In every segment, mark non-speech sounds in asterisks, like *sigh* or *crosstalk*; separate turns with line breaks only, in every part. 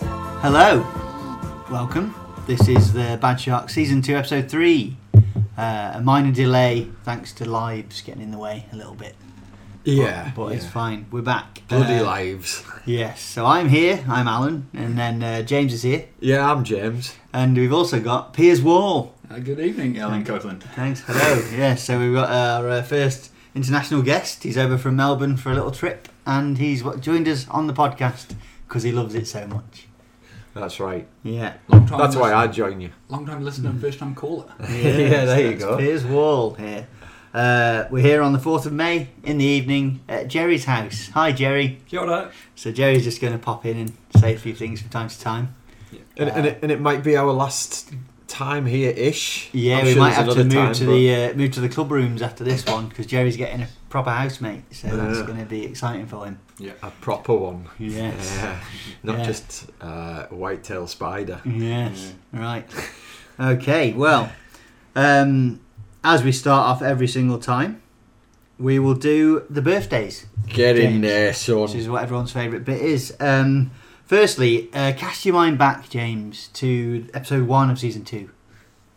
Hello, welcome. This is the Bad Shark Season 2, Episode 3. Uh, a minor delay thanks to Libes getting in the way a little bit,
Yeah,
but
yeah.
it's fine. We're back.
bloody
Uh,
lives.
Yes, so I'm here, I'm Alan, and then uh, James is here,
Yeah, I'm James.
and we've also got Piers Wall.
Uh, good evening, Alan Copeland.
Thanks,
*laughs*
hello. yeah, so we've got our uh, first international guest. He's over from Melbourne for a little trip, and he's what, joined us on the podcast because he loves it so much.
That's right.
Yeah.
Long time.
That's why
listener,
I join you.
Long time listener, and first time caller.
*laughs* Yeah, there you
that's
go.
Piers Wall here. Uh, we're here on the 4th of May in the evening at Jerry's house. Hi, Jerry.
Kia ora.
So, Jerry's just going to pop in and say a few things from time to time.
And, and, it, and it might be our last time here ish.
Yeah, we might have to move to the uh, move to the club rooms after this one because Jerry's getting a proper housemate, so that's
Yeah.
going to be exciting for him.
A proper one.
uh, *laughs* Yes.
Yeah. Not
Yeah.
just uh, a whitetail spider.
Yes. Right. Okay. Well, um, as we start off every single time, we will do the birthdays,
Get
James.
in there,
which
son.
is what everyone's favourite bit is. Um, firstly, uh, cast your mind back, James, to episode one of season two,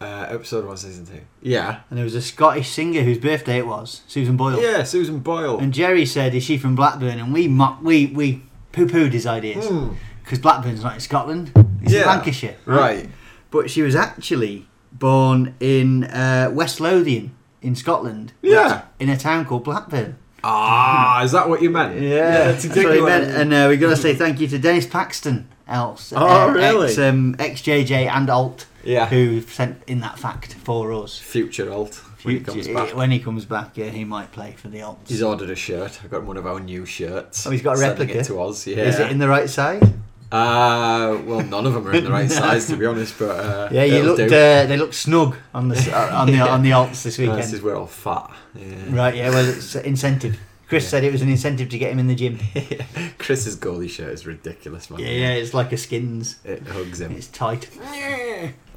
Uh, episode 1, season 2. Yeah.
and there was a Scottish singer whose birthday it was, Susan Boyle.
Yeah, Susan Boyle.
And Jerry said, "Is she from Blackburn?" And we mock, we we poo-pooed his ideas
Hmm,
because Blackburn's not in Scotland; it's in
Yeah.
Lancashire,
Right.
but she was actually born in uh, West Lothian in Scotland.
Yeah.
In a town called Blackburn.
Ah, is that what you meant?
that's exactly
what I meant.
And uh, we got to say thank you to Dennis Paxton, else.
Oh, really?
Ex, um, ex-JJ and Alt,
Yeah.
who sent in that fact for us. eh,
Future alt. When he comes back.
When he comes back, yeah, he might play for the Alts.
He's ordered a shirt. I got him one of our new shirts.
Oh, he's got a
Sending
replica?
it to us. Yeah.
Is it in the right size?
Uh, well, none of them are in
*laughs*
the right size, to be honest. But uh,
Yeah, you
it'll
looked.
do.
Uh, they looked snug on the s- uh, on the
*laughs*
on the alts this
Uh,
weekend.
this is we're all fat. Yeah.
Right, yeah. Well, it's incentive. Chris
Yeah.
said it was an incentive to get him in the
*laughs*
gym.
Chris's goalie shirt is ridiculous, man.
Yeah, yeah, it's like a skins.
It hugs him.
It's tight.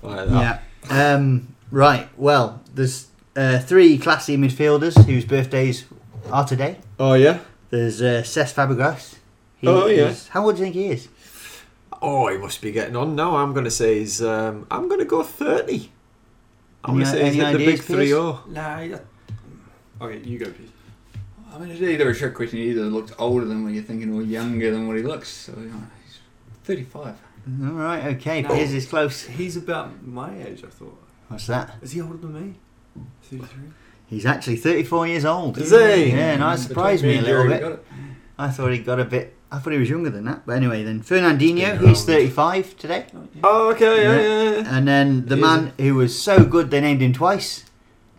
Like that.
Yeah. Um, right. Well, there's uh, three classy midfielders whose birthdays are today.
Oh yeah.
There's uh, Cesc Fabregas. He
Oh, yeah.
is- How old do you think he is?
Oh, he must be getting on now. I'm gonna say he's. Um, I'm gonna go thirty. I'm
Any-
gonna say he's
any
hit the
ideas,
big
Piers?
three oh. zero.
Nah. yeah. Okay, you go, please. I mean, it's either a trick question. He either looks older than what you're thinking, or younger than what he looks. So you know, he's 35.
All right. Okay.
No.
Piers is close.
He's about my age, I thought.
What's that?
Is he older than me? 33?
He's actually 34 years old.
Is he?
Yeah. No,
Mm,
it surprised me a little bit.
bit.
I thought he got a bit. I thought he was younger than that. But anyway, then Fernandinho,
Been
he's
around.
35 today.
Oh okay. Yeah
Yeah.
yeah. yeah. *laughs*
And then the
He eh?
man who was so good they named him twice,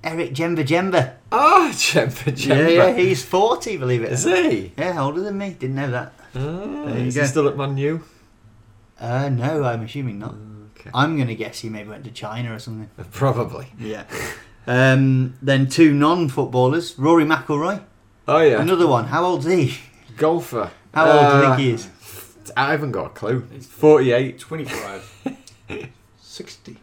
Eric Jemba Jemba.
Oh, Jemba
Yeah,
Jemba.
yeah, he's 40, believe it.
Is
or not.
he?
Yeah, older than me. Didn't know that.
Oh,
There you
is
go.
he still at Man U?
Uh, no, I'm assuming not.
Okay.
I'm going to guess he maybe went to China or something.
*laughs* Probably.
Yeah. Um, then two non footballers Rory McIlroy.
Oh yeah.
Another one. How old's he?
Golfer.
How old do you
Uh,
think he is?
I haven't got a clue. 48.
25.
60.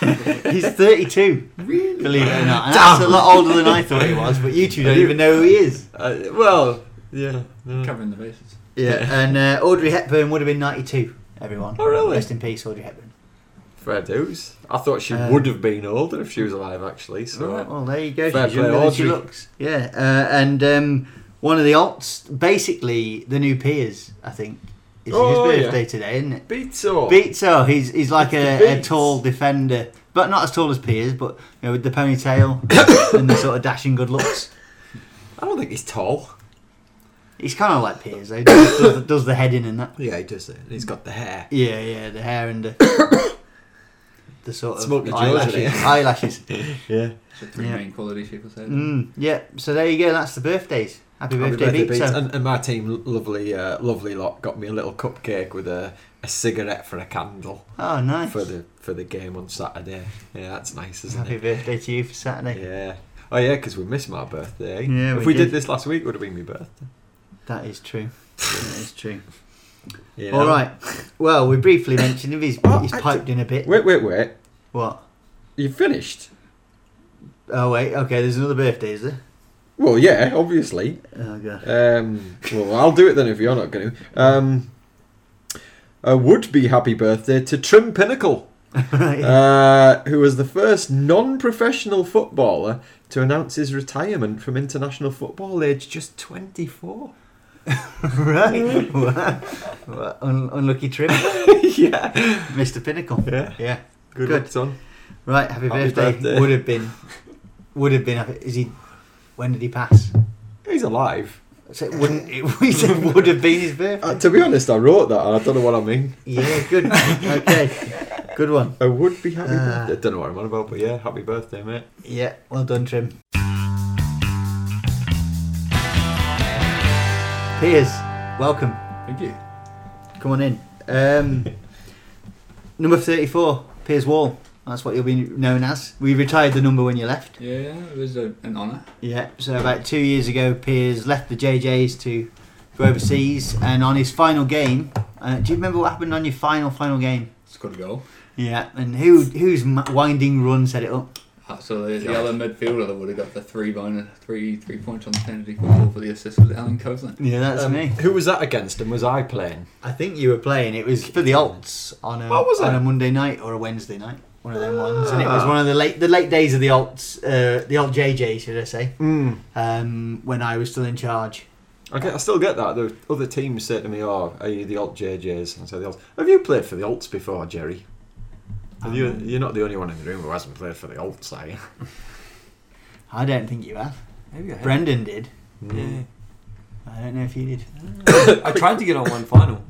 He's 32,
Really?
believe it or not. And
Uh, Damn.
that's a lot older than I thought he was, but you two don't even know who he is.
*laughs* Uh, well, yeah. no.
Covering the bases.
Yeah, and uh, Audrey Hepburn would have been 92, everyone.
Oh, really?
Rest in peace, Audrey Hepburn.
Fair dues. I thought she
Um,
would have been older if she was alive, actually. So
Right, well, there you go.
Fair
She's
play,
younger than she
Audrey.
looks. Yeah, uh, and um, one of the alts, basically the new Piers, I think, is
Oh,
his
yeah.
birthday today, isn't it?
Beato.
Beatso, he's he's like
It's
a,
the
a
Beats.
tall defender, but not as tall as Piers, but you know, with the
*coughs*
ponytail and the sort of dashing good looks.
I don't think he's tall.
He's kind of like Piers, though. Does, does, the- does the heading and that.
Yeah, he does it. And he's got the hair.
Yeah, yeah, the hair and the, the sort of
Smoky Joe's,
eyelashes.
isn't it?
eyelashes.
Yeah.
It's the three
Yeah.
main qualities people say.
Mm, yeah, so there you go. That's the birthdays. Happy
Happy
birthday,
birthday,
Beats.
Beato. And, and my team, l- lovely, uh, lovely lot, got me a little cupcake with a, a cigarette for a candle
Oh, nice.
for the for the game on Saturday. Yeah, that's nice, isn't
Happy
it?
birthday to you for Saturday.
Yeah. Oh yeah, because we missed my birthday. eh?
Yeah,
if
we
we did.
did.
this last week, it would have been my birthday.
That is true. that is
*laughs*
true.
You
All
know?
right. Well, we briefly mentioned him. He's,
Oh,
he's
I
piped in a bit.
Wait, wait, wait.
What?
You finished?
Oh, wait. Okay, there's another birthday, is there?
Well, yeah, obviously.
Oh, God.
Um, well, I'll do it then if you're not going to. Um, a would-be happy birthday to Trim Pinnacle,
*laughs* Right.
uh, who was the first non-professional footballer to announce his retirement from international football aged just 24.
*laughs* right. Wow. Wow. Un- unlucky trip,
*laughs* yeah.
Mr. Pinnacle.
Yeah.
Yeah.
Good,
Good.
luck, son.
Right. Happy,
Happy
birthday.
birthday.
Would have been. Would have been. Is he? When did he pass?
He's alive.
So it wouldn't. *laughs* It, we said would have been his birthday.
Uh, to be honest, I wrote that and I don't know what I mean.
Yeah. Good. Okay. Good one.
I would be happy
Ah.
birthday. I don't know what I'm on about, but yeah, happy birthday, mate.
Yeah. Well done, Trim. Piers, welcome.
Thank you.
Come on in. *laughs* Um, number 34, Piers Wall. That's what you'll be known as. We retired the number when you left.
Yeah, it was a, an honour.
Yeah, so about two years ago, Piers left the JJs to go overseas. And on his final game, uh, do you remember what happened on your final, final game?
Scored a goal.
Yeah, and who whose m- winding run set it up?
Ah, So the, the
Yeah.
other midfielder that would have got the three bonus, three three points on the penalty football for the assist was Alan Copeland.
Yeah, that's
Um,
me.
Who was that against and was I playing?
I think you were playing. It was for the Alts on a
What was
on
it? Ah.
a Monday night or a Wednesday night, one of them ones. And it was one of the late the late days of the Alts, uh, the Alt JJ, should I say?
Mm.
um, when I was still in charge.
I, get, I still get that. The other teams say to me, "Oh, are you the alt JJs?" And I say, "The alt." Have you played for the alts before, Jerry? Have you,
Um,
you're not the only one in the room who hasn't played for the alts, are you?
I don't think you have.
Maybe I have.
Brendan did.
Yeah.
I don't know if you did.
*coughs* I tried to get on one final.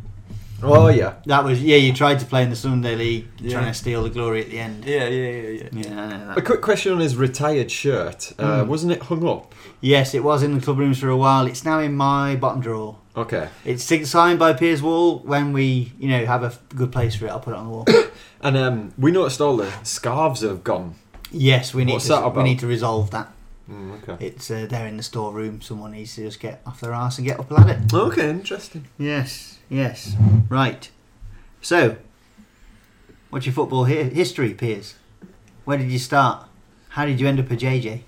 Oh yeah.
That was yeah. You tried to play in the Sunday League,
Yeah.
trying to steal the glory at the end.
Yeah, yeah, yeah, yeah.
Yeah, I know
A
that.
quick question on his retired shirt. Uh,
Mm.
Wasn't it hung up?
Yes, it was in the club rooms for a while. It's now in my bottom drawer.
Okay.
It's sig- signed by Piers Wall. When we, you know, have a f- good place for it, I'll put it on the wall. *coughs*
And um, we noticed all the scarves have gone.
yes, we need
What's
to
that
we
about?
need to resolve that.
Mm, okay.
It's uh, there in the storeroom. Someone needs to just get off their arse and get up a ladder.
Okay, interesting.
Yes, yes. Right. So, what's your football hi- history, Piers? Where did you start? How did you end up a JJ?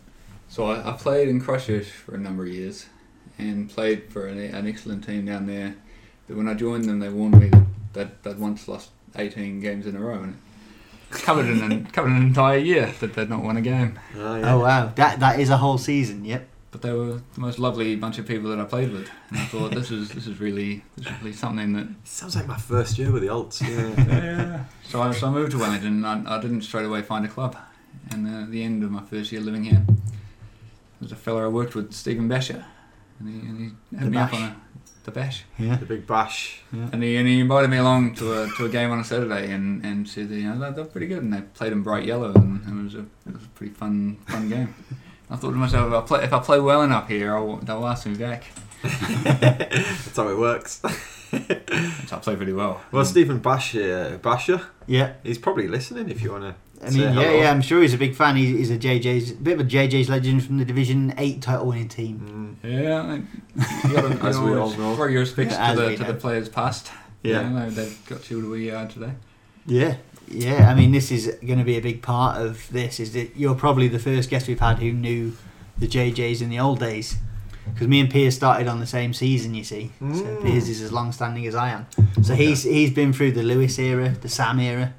So I, I played in Christchurch for a number of years and played for an, an excellent team down there. But when I joined them, they warned me that they'd once lost 18 games in a row and it covered in an, covered an entire year that they'd not won a game.
Oh,
Oh wow, that that is a whole season. Yep.
But they were the most lovely bunch of people that I played with, and I thought this is this is really this is really something that
Sounds like my first year with the alts. Yeah.
*laughs* So I, so I moved to Wellington and I, I didn't straight away find a club. And uh, at the end of my first year living here, there's a fella I worked with, Stephen Basher. And he, and he hit
The
me up
Bash.
on a, the Bash.
Yeah.
*laughs* the big bash.
And he, and he invited me along to a, to a game on a Saturday and, and said, that, you know, they're, they're pretty good. And they played in bright yellow and it was a, it was a pretty fun fun game. I thought to myself, if I play, if I play well enough here, I'll, they'll ask me back.
That's how it works.
So I played pretty well.
Well, Stephen Bash, uh, Basher,
Yeah.
he's probably listening if you want to.
I
Say
mean, yeah,
hello.
yeah. I'm sure he's a big fan. He's, he's a JJ's bit of a JJ's legend from the Division Eight title-winning team.
Mm.
Yeah, I- you gotta- you
As we
always
all know.
throw your respects
Yeah, as
to, the,
we
to
know.
the players past.
Yeah.
You know, they've got you to where you
*laughs*
are today.
Yeah. Yeah. I mean, this is going to be a big part of this. Is that you're probably the first guest we've had who knew the JJs in the old days. Because me and Piers started on the same season, you see. So
Mm.
Piers is as long-standing as I am. So he's he's been through the Lewis era, the Sam era.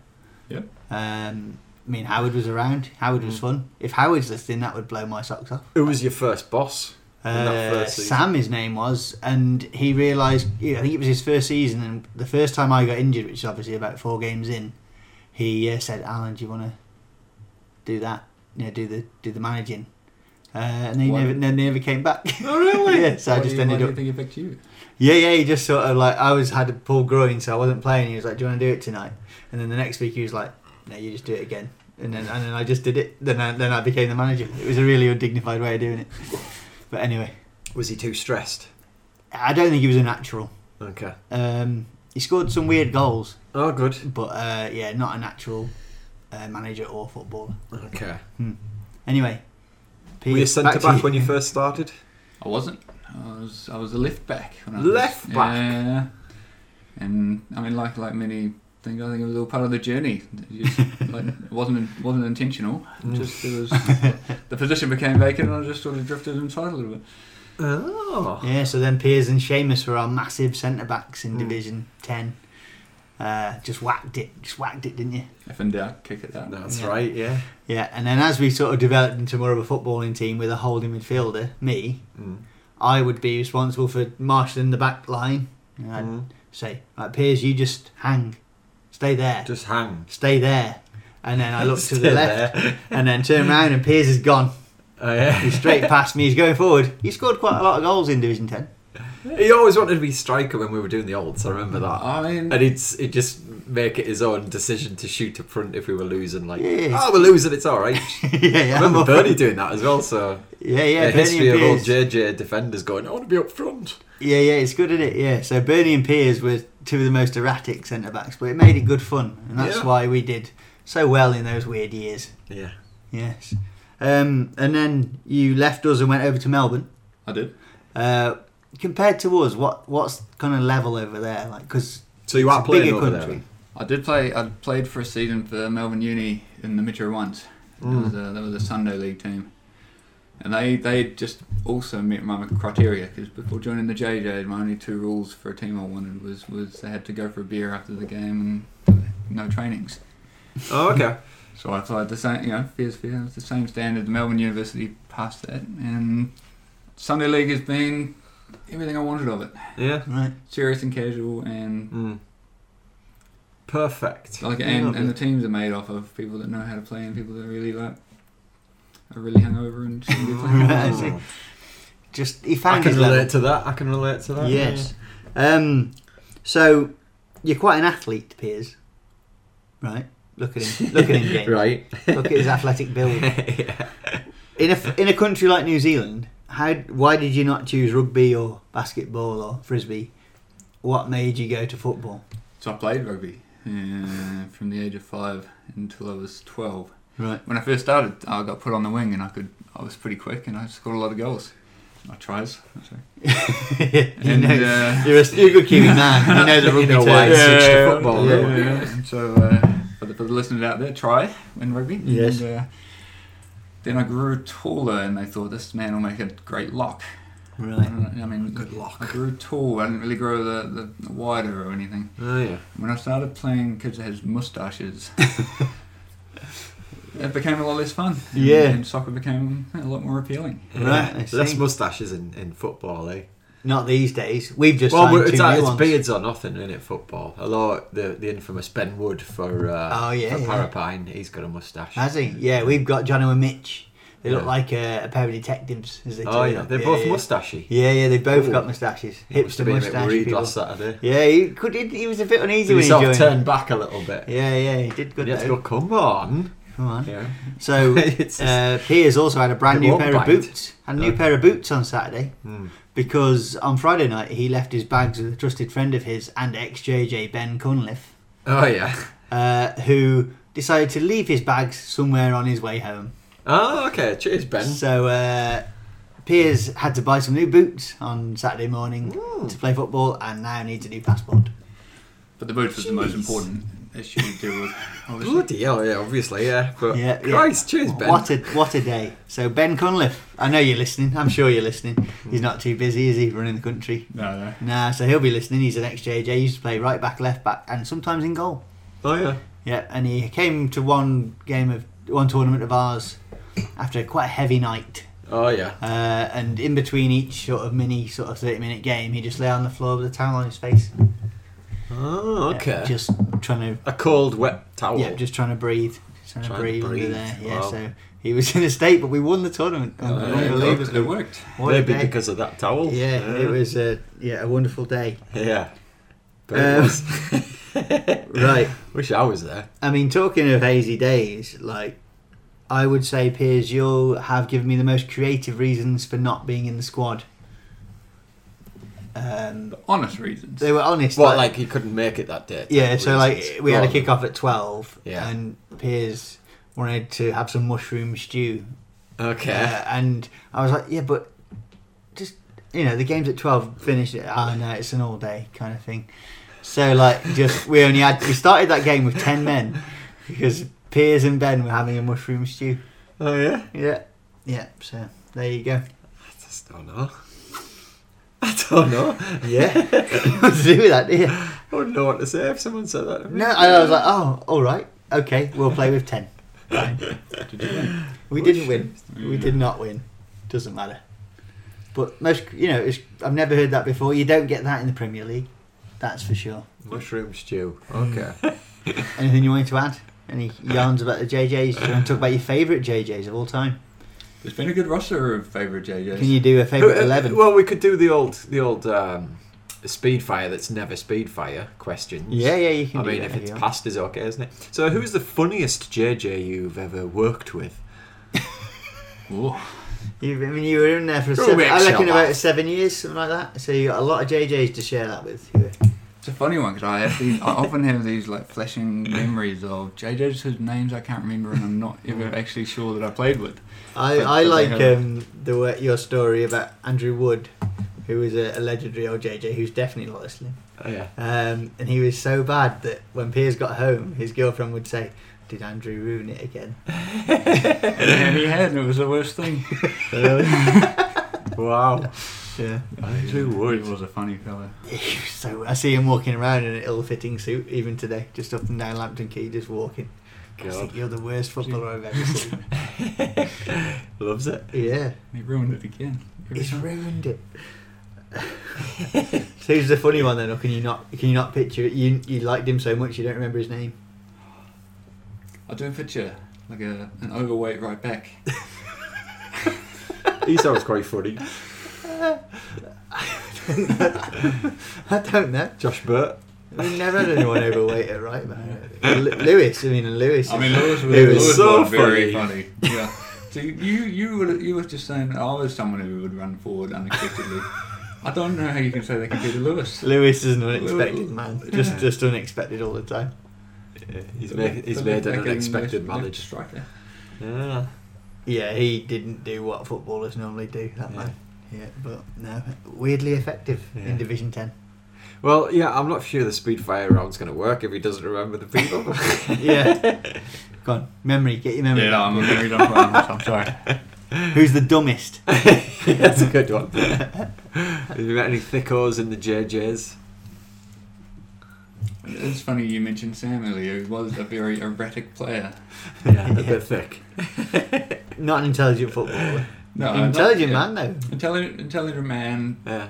Yep.
Um, I mean, Howard was around. Howard was
Mm.
fun. If Howard's listening, that would blow my socks off.
Who was your first boss? In that
Uh,
first season.
Sam, his name was, and he realised. I think it was his first season, and the first time I got injured, which is obviously about four games in, he uh, said, "Alan, do you want to do that? You know, do the do the managing." Uh, and they
Why-
never, they never came back.
*laughs*
*laughs*
Oh, really?
yeah, so I
Why do
just
you-
ended
why
up.
Do you think he picked you?
Yeah, yeah, he just sort of like I was had a pulled groin, so I wasn't playing. He was like, "Do you want to do it tonight?" And then the next week he was like, "No, you just do it again." And then and then I just did it. Then I, then I became the manager. It was a really undignified way of doing it. But anyway,
Was he too stressed?
I don't think he was a natural.
Okay.
Um, he scored some weird goals,
Oh, good.
but uh, yeah, not a natural uh, manager or footballer.
Okay.
Anyway,
Were you
Piers,
centre
to
back when
*laughs*
you first started?
I wasn't. I was. I was a left back. When I
Left
was,
back?
Yeah. And I mean, like like many things, I think it was all part of the journey. You just, like, it wasn't wasn't intentional. It Just it was the position became vacant, and I just sort of drifted inside a little bit.
Oh.
Yeah, so then Piers and Seamus were our massive centre backs in
Mm.
Division Ten. Uh, just whacked it, just whacked it, didn't you?
If in doubt, kick it out.
That's
Yeah.
right, yeah.
Yeah, and then as we sort of developed into more of a footballing team with a holding midfielder, me,
Mm.
I would be responsible for marshalling the back line. And I'd
Mm.
say, right, Piers, you just hang, stay there,
Just hang.
stay there. And then I look
*laughs*
to
Stay
the left
there.
and then turn around and Piers is gone.
Oh, yeah.
He's
*laughs*
straight past me, he's going forward. He scored quite a lot of goals in Division 10.
He always wanted to be striker when we were doing the olds. I remember that.
I mean,
And it's it just make it his own decision to shoot up front if we were losing. Like,
Yeah.
oh, we're losing. It's all *laughs* right.
*laughs* yeah, yeah.
I
I'm *laughs*
remember
up-
Bernie doing that as well. So
Yeah, yeah,
a
Bernie
history
and
of old
Piers.
JJ defenders going, I want to be up front.
Yeah, yeah, it's good, isn't it? Yeah. So Bernie and Piers were two of the most erratic centre backs, but it made it good fun, and that's
Yeah.
why we did so well in those weird years.
Yeah.
Yes. Um, and then you left us and went over to Melbourne.
I did.
Uh, compared to us, what what's kind of level over there? Like, because
So you are playing over there.
I did play. I played for a season for Melbourne Uni in the Mitchell once. That,
Mm.
was a, that was a Sunday league team, and they they just also met my criteria because before joining the JJ, my only two rules for a team I wanted was was they had to go for a beer after the game and no trainings.
Oh, okay.
So I applied the same, you know, fair's fair. It's the same standard. Melbourne University passed that, and Sunday league has been everything I wanted of it.
Yeah.
Right.
Serious and casual, and
Mm. Perfect.
Like
Yeah,
and,
lovely.
and the teams are made off of people that know how to play and people that really like are really hungover and shouldn't be
*laughs*
playing.
I see.
*laughs*
Just he
I
found
can
his Mm. level.
relate to that. I can relate to that.
Yes. Um, so you're quite an athlete, Piers. Right. Look at him. Look at
*laughs*
him.
yeah.
James.
Right.
Look at his athletic build.
*laughs* yeah.
in a in a country like New Zealand, how why did you not choose rugby or basketball or frisbee? What made you go to football? *laughs*
So I played rugby uh, from the age of five until I was twelve.
Right.
When I first started, I got put on the wing and I could I was pretty quick and I scored a lot of goals. I tries. I'm
*laughs*
sorry.
you
And,
know,
uh,
you're, a, you're a good Kiwi
*laughs*
man. You know the
You
*laughs*
rugby
know
term.
why I
Yeah.
switched to football.
yeah,
don't we?
And So uh, for, the, for the listeners out there, try in rugby.
Yes.
And, uh, then I grew taller and they thought this man will make a great lock. I,
Right.
don't know, Uh, I mean,
Good luck.
I grew tall. I didn't really grow the, the wider or anything.
Oh yeah.
When I started playing kids that had moustaches, it became a lot less fun. And-
Yeah.
And soccer became a lot more appealing.
Right, I
Less
see.
mustaches in, in football, eh?
Not these days. We've just
well,
signed
it's,
two
uh,
new
it's
ones.
beards or nothing, isn't it? Football. Although the the infamous Ben Wood for uh,
Oh, yeah,
for
yeah.
Parapine, he's got a mustache.
Has he? Yeah, we've got Jono and Mitch. They look
Yeah.
like a, a pair of detectives. As they
Oh
tell you.
yeah, they're
yeah,
both
yeah.
mustachy.
Yeah, yeah, they've both
Ooh.
got moustaches.
He must
Hipster
have been a bit
moustache
worried
people.
last Saturday.
Yeah, he could. He, he was a bit uneasy
Did he
when he
sort of
joined.
turned back a little bit.
Yeah, yeah, he did good
And he had to
though.
go, come on. Oh,
Come on.
*laughs* Yeah.
*laughs* So
It's just-
uh, Piers also had a brand
It
new
won't
pair
bite. Oh.
of boots. Had a new
No.
pair of boots on Saturday
Mm.
because on Friday night he left his bags with a trusted friend of his and ex JJ Ben Cunliffe,
Oh yeah.
uh, who decided to leave his bags somewhere on his way home.
Oh okay. Cheers, Ben.
So uh, Piers had to buy some new boots on Saturday morning
Mm.
to play football and now needs a new passport.
But the boots was the most
Jeez.
important issue to deal *laughs* with. obviously.
Bloody hell, yeah, obviously, yeah. But
Yeah, yeah.
Christ, cheers, Ben.
What a what a day! So Ben Cunliffe, I know you're listening. I'm sure you're listening.
Hmm.
He's not too busy, is he? Running the country.
No, no.
Nah, so he'll be listening. He's an ex JJ. He used to play right back, left back, and sometimes in goal.
Oh yeah.
Yeah, and he came to one game of one tournament of ours after quite a heavy night.
Oh yeah.
Uh, and in between each sort of mini, sort of thirty minute game, he just lay on the floor with a towel on his face.
Oh
Yeah,
okay.
just trying to,
a cold, wet towel.
yeah, just trying to breathe, trying,
Trying
to
to
breathe,
breathe,
under there. Yeah,
wow.
so he was *laughs* in a state, but we won the tournament.
Oh, yeah,
It worked.
Unbelievable.
It worked.
What a
Maybe
day.
because of that towel.
Yeah, it was uh, yeah a wonderful
*laughs*
day.
Yeah. But
Um,
it was.
*laughs*
*laughs*
Right.
Wish I was there.
I mean, talking of hazy days, like I would say, Piers, you have given me the most creative reasons for not being in the squad. Um,
Honest reasons.
they were honest.
What, like you couldn't make it that day?
yeah. So like
Reasons.
we had a
Go on.
kick off at twelve,
Yeah.
and Piers wanted to have some mushroom stew,
Okay.
Uh, and I was like, yeah, but just you know, the game's at twelve. Finish it. Oh no, it's an all day kind of thing. So like, just we only had we started that game with ten men because Piers and Ben were having a mushroom stew.
Oh yeah.
Yeah, yeah. So there you go.
I just don't know. *laughs* I don't know.
*laughs* Yeah, what to do with that? Yeah,
I wouldn't know what to say if someone said that to me.
No, I was like, oh, all right, okay, we'll play with ten. Fine.
Did you win?
We
What
didn't win. We
Yeah.
did not win. Doesn't matter. But most, you know, it's, I've never heard that before. You don't get that in the Premier League. That's for sure.
Mushroom stew.
*laughs*
Okay.
Anything you wanted to add? Any yarns about the JJs? Do you want to talk about your favourite JJs of all time?
There's been a good roster of favourite JJs.
Can you do a favourite
Uh, uh,
eleven?
Well, we could do the old the old um, speed fire that's never speed fire questions.
yeah, yeah, you can.
I
do
mean,
that
if it's
you want.
past is okay, isn't it? So, who's the funniest JJ you've ever worked with?
Ooh.
You, I mean, you were in there for
Go
seven,
away,
I reckon
Excel
about
lad.
seven years, something like that. So you got a lot of JJs to share that with. You.
It's a funny one because I, have these- I often have these like flashing memories of JJs whose names I can't remember and I'm not ever actually sure that I played with.
I, I
But- but they
like
have-
um, the way, your story about Andrew Wood, who was a, a legendary old JJ who's definitely not listening.
Oh, yeah.
Um, and he was so bad that when Piers got home, his girlfriend would say, "Did Andrew ruin it again?"
and he had, and it was the worst thing.
*laughs*
Wow.
Yeah.
Andrew Wood.
He was a funny fella.
So I see him walking around in an ill-fitting suit even today, just up and down Lambton Key, just walking. I *laughs*
God.
think you're the worst footballer I've ever seen.
Loves it.
yeah,
He ruined it again. Every
he's
time.
ruined it. so who's the funny one then, or can you not? Can you not picture it? You you liked him so much you don't remember his name. *laughs*
I do picture like a, an overweight right *laughs* back.
He sounds quite funny.
I don't know.
Josh Burt.
We've never had anyone overweight at right back. Lewis, I mean Lewis.
I
is-
mean, Lewis was,
It was
Lewis was
so
very funny. Yeah. So you you were you were just saying I was someone who would run forward unexpectedly. *laughs* I don't know how you can say that compared to Lewis.
Lewis is an unexpected
Lewis-
man.
yeah.
Just just unexpected all the time.
He's made, he's made an unexpected manage.
striker.
Yeah.
Yeah, he didn't do what footballers normally do, that
Yeah.
man. Yeah, but no. Weirdly effective
Yeah.
in Division *laughs* Ten.
Well, yeah, I'm not sure the speed fire round's going to work if he doesn't remember the people. *laughs*
yeah. Go on. Memory, get your memory.
Yeah, no, I'm
back.
very done for him, so I'm sorry.
Who's the dumbest?
That's a good one. *laughs* Have you met any thickos in the JJs?
It's funny you mentioned Sam earlier. He was a very erratic player.
Yeah, *laughs* a bit thick.
Not an intelligent footballer.
*laughs* No,
intelligent
not-
man though.
yeah. Intelligent, intelligent man,
Yeah,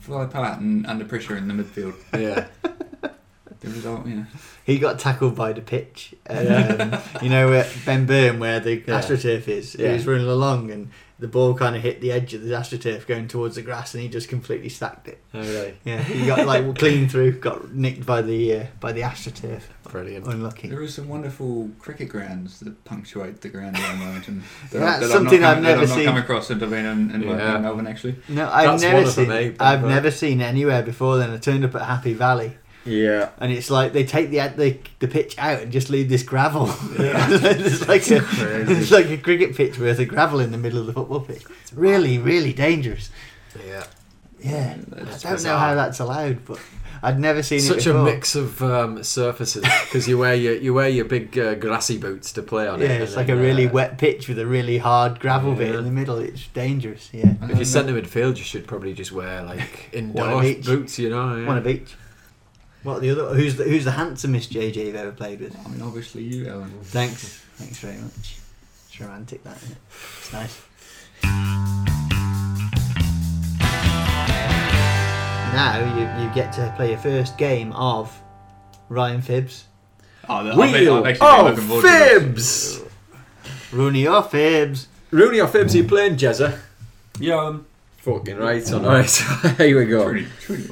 fell apart and under pressure in the midfield.
yeah.
The result, yeah.
He got tackled by the pitch.
*laughs*
Um, you know, where Ben Burn, where the
Yeah.
astroturf is, he
Yeah.
was running along and the ball kind of hit the edge of the astroturf going towards the grass, and he just completely stacked it.
Oh, really?
Yeah, he got like clean through, got nicked by the uh, by the astroturf.
Brilliant.
Unlucky.
There are some wonderful cricket grounds that punctuate the ground at the moment, and that
That's
I- that I've
something
not
I've
come,
never
that I've
seen.
not come across in Devine and, and
Yeah.
in Melbourne actually.
No, I've
That's
never
one of them,
seen.
eh,
I've
but-
never seen anywhere before. Then I turned up at Happy Valley,
Yeah.
and it's like they take the the, the pitch out and just leave this gravel. *laughs* it's like
*laughs*
a, it's like a cricket pitch worth of gravel in the middle of the football pitch. It's really, really dangerous.
Yeah.
Yeah,
That's
I don't know
bizarre.
how that's allowed, but I'd never seen it
Such a
before.
mix of um, surfaces because you wear your you wear your big uh, grassy boots to play on
Yeah,
it. and
it's like a
then,
really
uh,
wet pitch with a really hard gravel bit
Yeah.
in the middle. It's dangerous. Yeah,
I
If
don't
you're centre
know.
midfield, you should probably just wear
*laughs*
like
of
indoor
each.
boots. You know. Yeah.
one of each. What the other? Who's the, who's the handsomest JJ you've ever played with?
I mean, obviously you, Alan.
Thanks. Thanks very much. It's romantic, that isn't it? It's nice. Now you, you get to play your first game of Ryan Phibbs.
Oh, that- I've been-
Wheel
I've actually been
of
looking forward to this.
Oh, Fibs.
Rooney or Phibbs?
Rooney or Fibs? Are you playing Jezza?
Yeah, um,
Fucking right. All right. *laughs* Here we go.
Truly, truly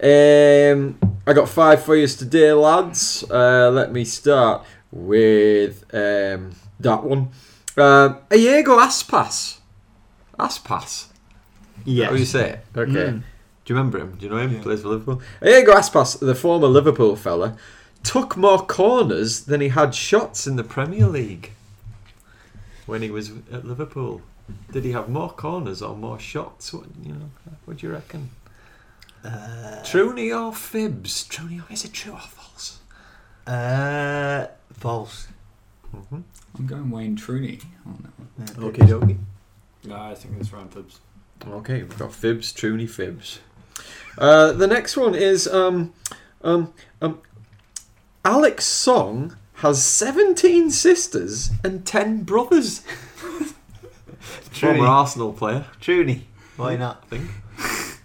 offensive.
Um, I got five for you today, lads. Uh, let me start with um, that one. Um, Iago Aspas. Aspas. How do you
Yes.
say it? Okay.
Mm.
Do you remember him? Do you know him?
Yeah.
Plays for Liverpool. Iago Aspas, the former Liverpool fella, took more corners than he had shots in the Premier League when he was at Liverpool. Did he have more corners or more shots? What you know? What do you reckon?
Uh,
Truny or fibs? Truny or is it true or false?
uh, false.
Mm-hmm.
I'm going Wayne Truny on that one.
Yeah,
Okay, dokie.
yeah, I think it's round fibs.
Okay, we've got fibs, truny, fibs. Uh, the next one is um, Um, um, Alex Song has 17 sisters and 10 brothers.
Truly.
Former Arsenal player,
Truly. Why not?
I think.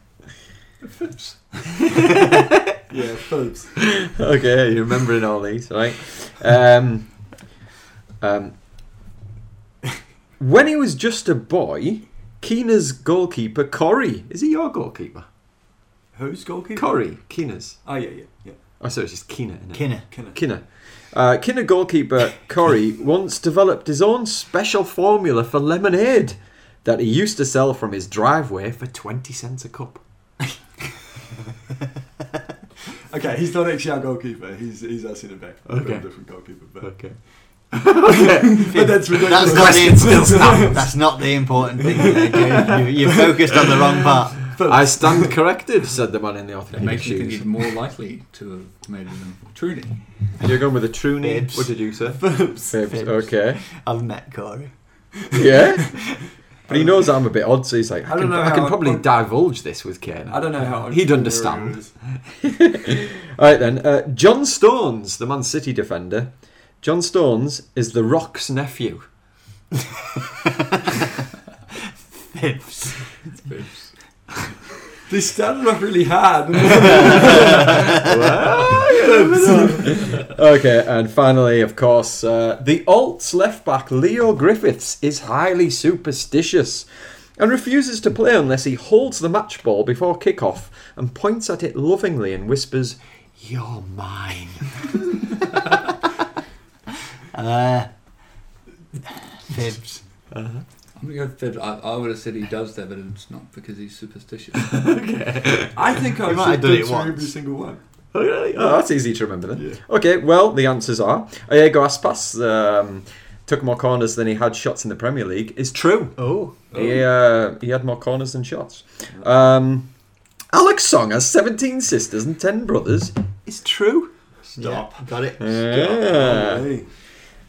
Yeah, boobs.
okay, you're remembering all these, right? Um, um, when he was just a boy, Keena's goalkeeper, Corey. Is he your goalkeeper?
Who's goalkeeper?
Corey, Keena's.
Oh yeah, yeah, yeah.
Oh, sorry, it's just Keena, isn't it?
Kinner.
Kinner.
Kinner. Uh, Kinner goalkeeper Corey once developed his own special formula for lemonade that he used to sell from his driveway for 20 cents a cup.
Okay, he's not actually our goalkeeper. He's he's us in the back. We've got
Okay.
a different goalkeeper, but,
Okay.
*laughs*
but that's ridiculous.
That's not, the, that's not the important thing. there, Jay. You, you're focused on the wrong part.
I stand corrected, said the man in the
It
orthopedic
makes you think he's
shoes.
more likely to have made it than Trudy. *laughs*
You're going with a true name.
Fibs.
What did you say?
Boobs.
Fibs.
Fibs.
Okay.
I've met Corey.
Yeah. But he knows I'm a bit odd, so he's like, I,
I don't
can,
know
I can
how-
probably
what-
divulge this with Kane.
I don't know how
He'd
entrepreneurial
understand.
it is.
All right then, uh, John Stones, the Man City defender. John Stones is the Rock's nephew.
Fibs.
They started off really hard.
*laughs*
okay, and finally, of course, uh, the Alt's left back Leo Griffiths is highly superstitious and refuses to play unless he holds the match ball before kick-off and points at it lovingly and whispers, "You're mine."
Uh, fibs.
I'm gonna go with Fib. I, I would have said he does that, but it's not because he's superstitious.
I think I've
might have
said
done it
boobs for every
once.
single one.
Oh, really? Oh, that's easy to remember then.
Yeah.
Okay, well, the answers are Diego Aspas um, took more corners than he had shots in the Premier League. Is true.
Oh,
He, uh, he had more corners than shots. Um, Alex Song has 17 sisters and 10 brothers. Is true.
Stop.
yeah, got it.
Yeah.
Hey.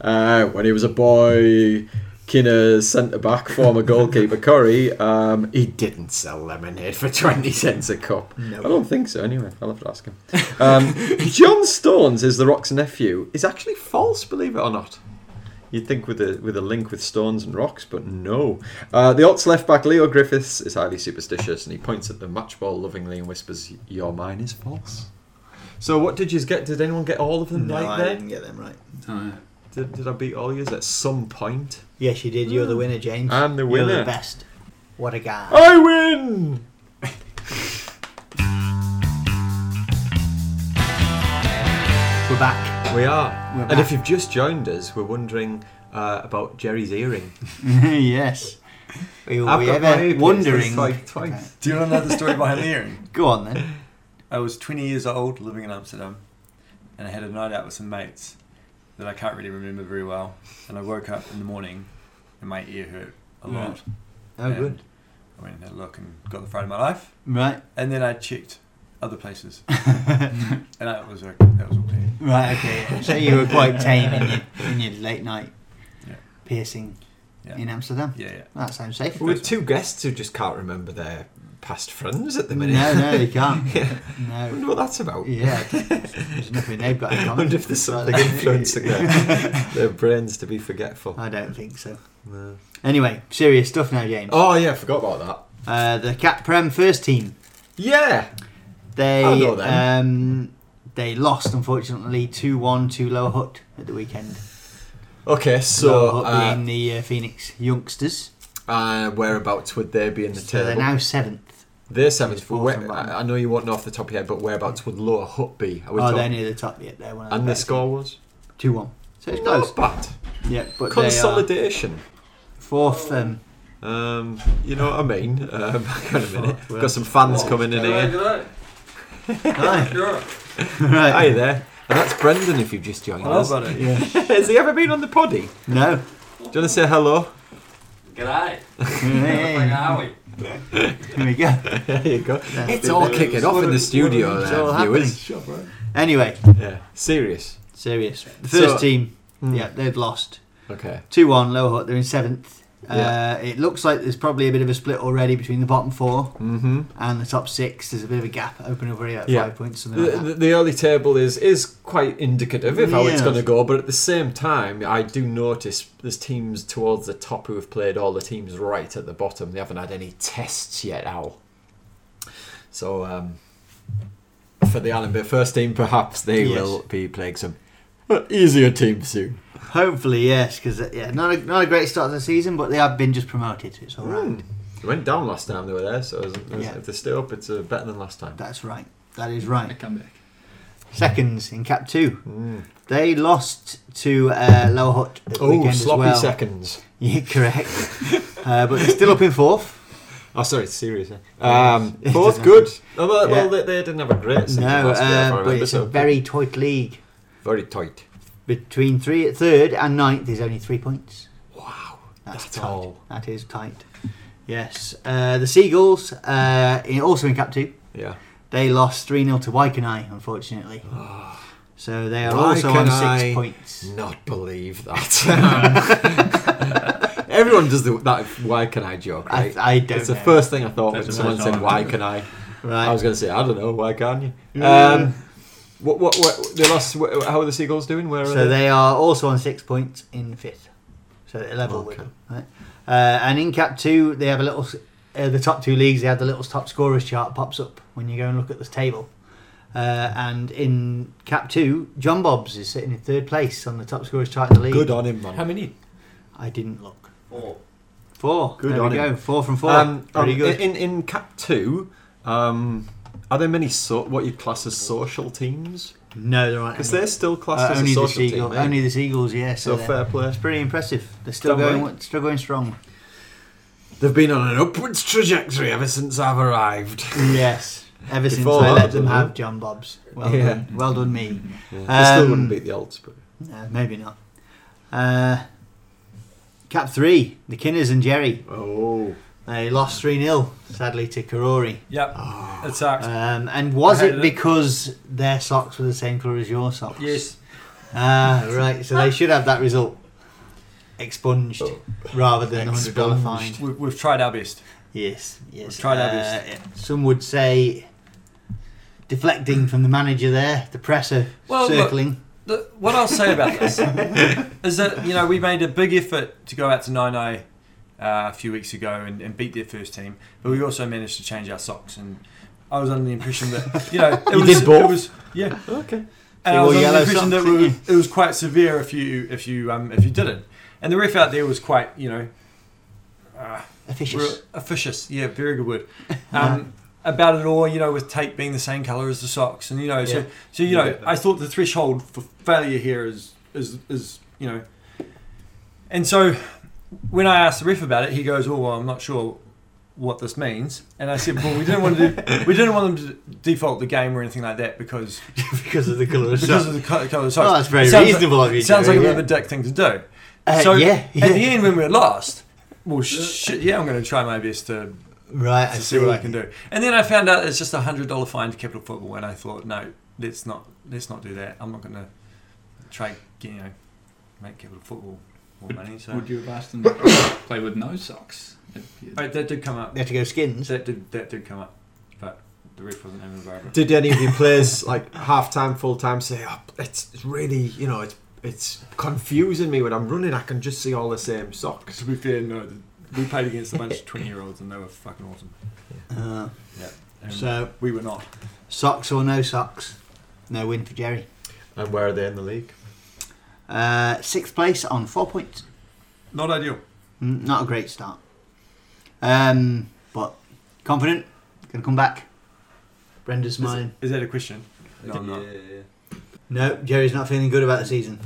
Uh, when he was a boy, Kinner centre back, former goalkeeper Corey, um, he didn't sell lemonade for 20 cents a cup.
No.
I don't think so, anyway. I'll have to ask him. *laughs* Um, John Stones is The Rock's nephew. Is actually false, believe it or not. You'd think with a with a link with stones and rocks, but no. Uh, the Ots left back Leo Griffiths is highly superstitious, and he points at the match ball lovingly and whispers, "Your mine is false." So, what did you get? Did anyone get all of them
No,
right
I
there?
didn't get them right.
No,
Did, did I beat all yours at some point?
Yes, you did. You're the winner, James.
I'm the
You're
winner. Oh.
the best. What a guy.
I win!
We're back.
We are.
We're
And
back.
if you've just joined us, we're wondering uh, about Jerry's earring.
*laughs* yes. We will be ever wondering.
Like twice.
Do you want to know the story behind the earring?
Go on then.
I was 20 years old, living in Amsterdam, and I had a night out with some mates that I can't really remember very well. And I woke up in the morning, and my ear hurt a
Yeah.
lot.
Oh,
And
good.
I went and had a look and got the fright of my life.
Right.
And then I checked other
*laughs*
places, and that was okay. That was okay.
Right. Okay. yeah. So you were quite tame in your, in your late night
Yeah.
piercing
Yeah.
in Amsterdam.
Yeah, yeah.
That sounds safe.
We're two guests who just can't remember their past friends at the minute.
No, no, they can't.
*laughs* Yeah. I
No.
wonder what that's about.
Yeah. There's nothing they've got in
I
common.
wonder if there's
But-
something influencing their, their brains to be
*laughs*
forgetful.
I don't think so.
No.
Anyway, serious stuff now, James.
Oh yeah, I forgot about that.
Uh, the Cat Prem first team.
Yeah.
They
I know them.
um they lost unfortunately two one to Lower Hutt at the weekend.
Okay,
Lower
so
Hutt
uh,
being the uh, Phoenix youngsters,
uh, whereabouts would they be in the
so they're
table?
now seventh.
They're seventh. But
fourth
where,
and bottom.
I I know you won't know off the top of your head, but whereabouts would Lower Hutt be? Are we
Oh,
talking-
they're near the top yet. They're one of the
and the
best.
score was
two one. So it's
Not
close.
bad.
Yeah, but they
Consolidation.
are fourth.
*laughs*
Um,
Um, you know what I mean? Um, *laughs* hang on a minute.
Fuck,
We've
well.
got some fans coming in here.
Hello,
hi,
hello.
*laughs*
Hi
right.
there. And that's Brendan if you've just joined us.
Hello, buddy.
Yeah.
Has he ever been on the poddy?
No.
Do you want to say *laughs* hello?
G'day.
Hey,
How are we?
Here we go.
There you go.
Yeah.
It's all kicking off in the studio
It's
there,
all happening.
viewers.
Shop, right?
Anyway,
Yeah. Serious.
serious. The first
So-
team.
Mm.
Yeah, they've lost
Okay.
two one. Lower Hutt. They're in seventh. Uh, it looks like there's probably a bit of a split already between the bottom four
Mm-hmm.
and the top six. There's a bit of a gap open over here at
Yeah.
five points. Something
The,
like
the-
that.
the early table is is quite indicative of how it's
Yes.
going to go, but at the same time, I do notice there's teams towards the top who have played all the teams right at the bottom. They haven't had any tests yet, Al. So um, for the Allenby first team, perhaps they
Yes.
will be playing some uh, easier teams soon.
Hopefully, yes, because yeah, not a, not a great start to the season, but they have been just promoted. It's all right.
Hmm. They went down last time they were there, so isn't- isn't-
Yeah.
if they stay up, it's uh, better than last time.
That's right. That is
I
right.
come back.
Seconds in cap two.
Hmm.
They lost to uh, Lower Hutt at the
Oh,
weekend
sloppy
as well.
seconds.
Yeah, *laughs* correct.
*laughs*
uh, but they're still up in fourth.
Oh, sorry, it's serious. eh?
Yeah.
*laughs* Um, both good. Oh, well,
Yeah.
well, they, they didn't have a great season
No,
last year, if I
uh, but
remember,
it's
so
a very tight league.
very tight.
Between three, third and ninth is only three points.
Wow,
That's,
that's
tight.
tall.
That is tight. Yes. Uh, the Seagulls, uh, in, also in cap two,
Yeah.
they lost 3 0 to Waikanae, unfortunately. So they are also on
Waikanae.
six points.
Ah, *laughs* Not believe
*laughs*
that. *laughs* Everyone does the, that. Why can I joke?
I,
Right?
I don't
It's the
know.
first thing I thought
That's the
when someone
first
said,
time
"Why
I've
can I?"
Right.
I was going to say, "I don't know. Why can't you?"
Yeah.
Um, what, what, what? They lost. wh- How are the seagulls doing? Where are
So
they?
they are also on six points in fifth. So they're level with
Okay.
them. Right? Uh, and in cap two, they have a little. s- Uh, the top two leagues, they have the little top scorers chart pops up when you go and look at this table. Uh, and in cap two, John Bobs is sitting in third place on the top scorers chart in the league.
Good on him,
How
man.
many?
I didn't look.
Four.
Four.
Good
there
on
we
him.
go. Four from four.
Um,
Pretty
um,
good.
In in Cap Two, um, are there many so, what you'd class as social teams?
no, there aren't.
Because
any.
they're still classed
Uh,
as a
only the
social
seagulls.
team. eh?
Only the seagulls. Yeah. So,
so
they're-
fair play.
it's pretty impressive. They're still
Done
going. Still going strong.
They've been on an upwards trajectory ever since I've arrived.
Yes. Ever since I
Before that,
let them
didn't
have
it?
John Bob's. Well
Yeah.
done. Well done me.
they still
Um,
wouldn't beat the Alts, but
No, maybe not. Uh, cap three, the Kinners and Jerry.
oh,
They lost 3 0, sadly, to Karori.
Yep.
Ah.
It sucks.
Um, and was
I hated it.
it because their socks were the same colour as your socks?
yes.
Ah, right. So they should have that result expunged
Oh.
rather than a $100 fine.
Expunged.
We, we've tried our best.
Yes, yes.
tried our
uh,
best.
yeah, Some would say deflecting from the manager there, the presser
Well, look,
circling.
The, what I'll say about this is that you know we made a big effort to go out to Nine uh, a few weeks ago and, and beat their first team, but we also managed to change our socks. And I was under the impression that you know it
*laughs* You
was
did both?
it was yeah,
okay.
and
You
I was under
wore
the
yellow
impression that
socks,
we were,
*laughs* didn't
it was quite severe if you if you um, if you didn't. And the ref out there was quite you know. Uh,
Officious.
We're officious, yeah, very good
*laughs*
word. Um, about it all, you know, with tape being the same colour as the socks, and you know,
Yeah.
so so you
You
know,
get that.
I thought the threshold for failure here is is is you know, and so when I asked the ref about it, he goes, "Oh, well, I'm not sure what this means," and I said, "Well, we didn't want to do, we didn't want them to default the game or anything like that because
*laughs* because of the colour of
because
socks.
of the co- colour of the
Oh,
socks."
that's very
Sounds like-
reasonable of you.
It sounds like a bit
Jerry, Oh, yeah.
of a dick thing to do.
Uh,
so
yeah, yeah.
At the end, when we're lost, well, shit, yeah, I'm going to try my best to
right? I
to see what I can do. And then I found out it's just a hundred dollar fine to Capital Football, and I thought, no, let's not let's not do that. I'm not going to try you know make Capital Football more money. So
Would you have asked them to *coughs* play with no socks?
Alright, that did come up.
They have to go skins.
That did that did come up, but the ref wasn't having a barber.
Did any of your players *laughs* like half time, full time say, oh, it's it's really you know it's it's confusing me when I'm running. I can just see all the same socks.
To be fair, no, we played against a bunch of twenty year olds, and they were fucking awesome.
Uh,
And
so
we were not.
socks or no socks, no win for Jerry.
And where are they in the league?
Uh, sixth place on four points.
Not ideal.
Mm, Not a great start. Um, but confident, gonna come back. Brenda's smiling.
Is that a question? No, I'm not.
No, Jerry's not feeling good about the season.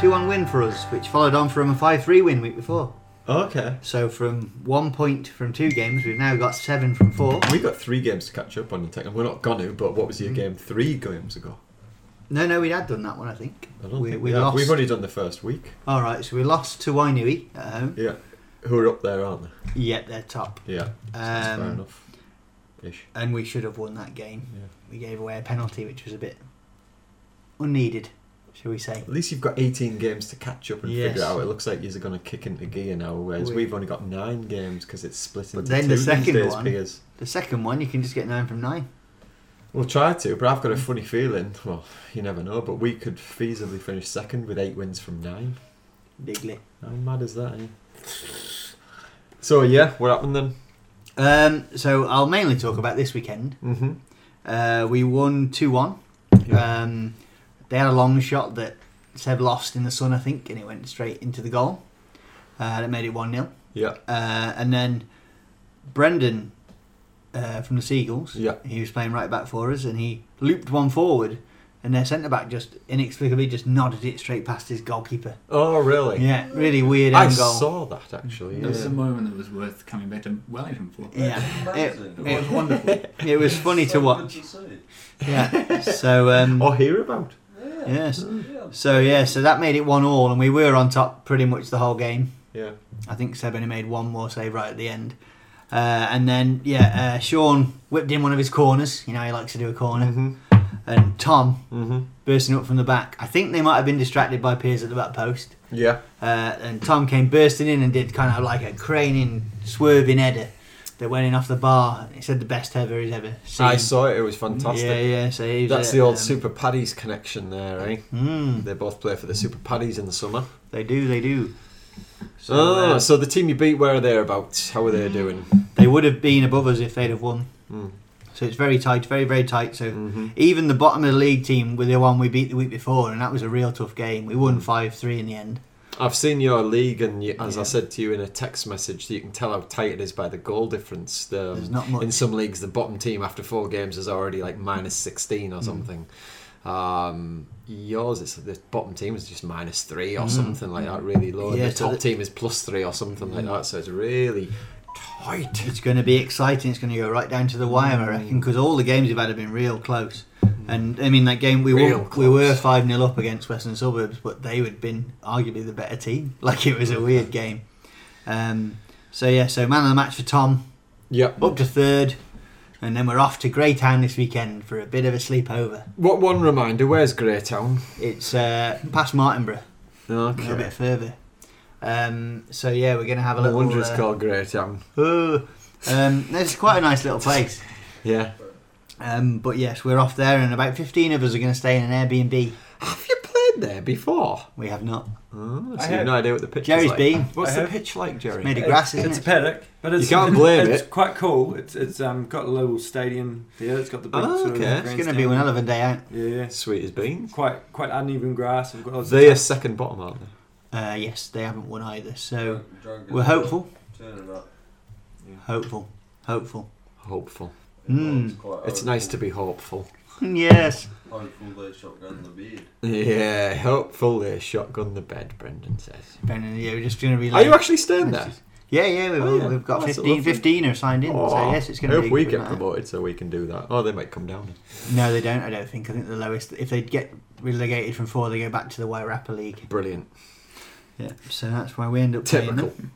Two-one win for us, which followed on from a five-three win week before.
Okay.
So from one point from two games, we've now got seven from four.
We got three games to catch up on in tech, and we're not gonna. But what was your game three games ago?
No, no, we had done that one, I think.
I don't
we
think
we
we have.
lost.
We've only done the first week.
All right, so we lost to Wainui at home.
Yeah, who are up there, aren't they?
Yet they're top,
Yeah, so that's fair
Um,
enough. Ish.
and we should have won that game.
Yeah.
We gave away a penalty, which was a bit unneeded. shall we say?
At least you've got 18 games to catch up and
Yes.
figure out. It looks like you're going to kick into gear now, whereas
We-
we've only got nine games because it's split into
But then
two
the
these
second
days,
one-
Piers.
The second one, you can just get nine from nine.
We'll try to, but I've got a funny feeling. *laughs* Well, you never know, but we could feasibly finish second with eight wins from nine.
Bigly.
How mad is that? Eh? So yeah, what happened then?
Um, so I'll mainly talk about this weekend.
Mm-hmm.
Uh, we won 2 1. Um, they had a long shot that Seb lost in the sun, I think, and it went straight into the goal. Uh, and it made it 1 0.
yeah,
Uh, and then Brendan uh, from the Seagulls,
yeah.
he was playing right back for us, and he looped one forward, and their centre back just inexplicably just nodded it straight past his goalkeeper.
Oh really?
Yeah, really weird
I
end goal.
saw that actually.
There was
Yeah.
a moment that was worth coming back to Wellington for.
yeah,
Amazing.
It was wonderful.
*laughs* it was funny
so
to
good
watch.
*laughs*
to see.
Yeah, so um,
Or hear about?
Yeah.
yes,
Yeah.
so yeah, so that made it one all, and we were on top pretty much the whole game.
Yeah.
I think Seb only made one more save right at the end. Uh, and then, yeah, uh, Sean whipped in one of his corners. You know, he likes to do a corner.
Mm-hmm.
And Tom
Mm-hmm.
bursting up from the back. I think they might have been distracted by Piers at the back post.
Yeah.
Uh, and Tom came bursting in and did kind of like a craning, swerving header that went in off the bar. He said the best ever he's ever seen.
I saw it. It was fantastic.
Yeah, yeah. So he was
That's
at,
the old
um,
Super Paddies connection there, eh?
Mm,
They both play for the Super Paddies in the summer.
they do, they do. So,
oh,
uh,
so the team you beat, where are they about? How are they doing?
they would have been above us if they'd have won.
Mm.
So it's very tight, very, very tight. So
hmm
even the bottom of the league team were the one we beat the week before, and that was a real tough game. We won five three in the end.
I've seen your league, and you, as I
Yeah.
said to you in a text message, you can tell how tight it is by the goal difference. The, um,
There's not much.
in some leagues, the bottom team after four games is already like minus 16 or
Mm.
something. Um, yours, it's the bottom team is just minus three or
Mm.
something like that, really low. and
Yeah,
the
so
top
the- Mm.
team is plus three or something like that, so it's really tight.
It's going to be exciting. It's going to go right down to the wire, I reckon, because all the games we've had have been real close. And I mean, that game we
Real
won, we
close.
were five 0 up against Western Suburbs, but they had been arguably the better team. *laughs* Like it was a weird game. Um, so yeah, so man of the match for Tom,
Yep.
up to third, and then we're off to Greytown this weekend for a bit of a sleepover.
What one reminder? Where's Greytown?
It's uh, past Martinborough. a little
Okay.
bit further. Um, so yeah, we're gonna have a
No
little.
wonder it's
uh,
called Greytown.
Oh, *laughs* um, it's quite a nice little place.
Yeah.
Um, but yes, we're off there, and about fifteen of us are gonna stay in an Airbnb.
Have you played there before?
We have not.
Oh,
I
so you have
have.
no idea what the pitch
Jerry's
is like.
been.
What's
I
the
have.
pitch like, Jerry?
made The of grass,
it's,
isn't
it's
it?
a paddock, but it's *laughs*
can't blame
it's
it.
quite cool. It's it's um, got a little stadium there. It's got the big
Oh,
sort of
okay. It's
It's
grandstand.
gonna be one hell of a day out.
Yeah, yeah.
Sweet as beans.
Quite quite uneven grass. I've got lots of
They are second bottom, aren't they?
Uh, yes, they haven't won either, so
Drunk- drunk as
we're
well.
hopeful,
Turn it up.
hopeful, hopeful. *laughs*
Hopeful.
Mm.
It's quite
Hmm. It's
hopeful.
nice to be hopeful.
yes.
Hopeful they shotgun the beard.
Yeah, hopeful they shotgun the bed, Brendan says.
Brendan, yeah, we're just gonna be.
Are
like-
you actually staying there?
Yeah, yeah, we've,
Oh, yeah.
we've got
Oh, that's
15,
lovely.
15 are signed in, so
Oh,
yes, it's
I
gonna
hope
be. a
we
good
get
night.
promoted so we can do that. Oh, they might come down.
No, they don't. I don't think. I think the lowest. If they get relegated from four, they go back to the Wairarapa League.
Brilliant.
Yeah, so that's why we end up playing
Typical.
them.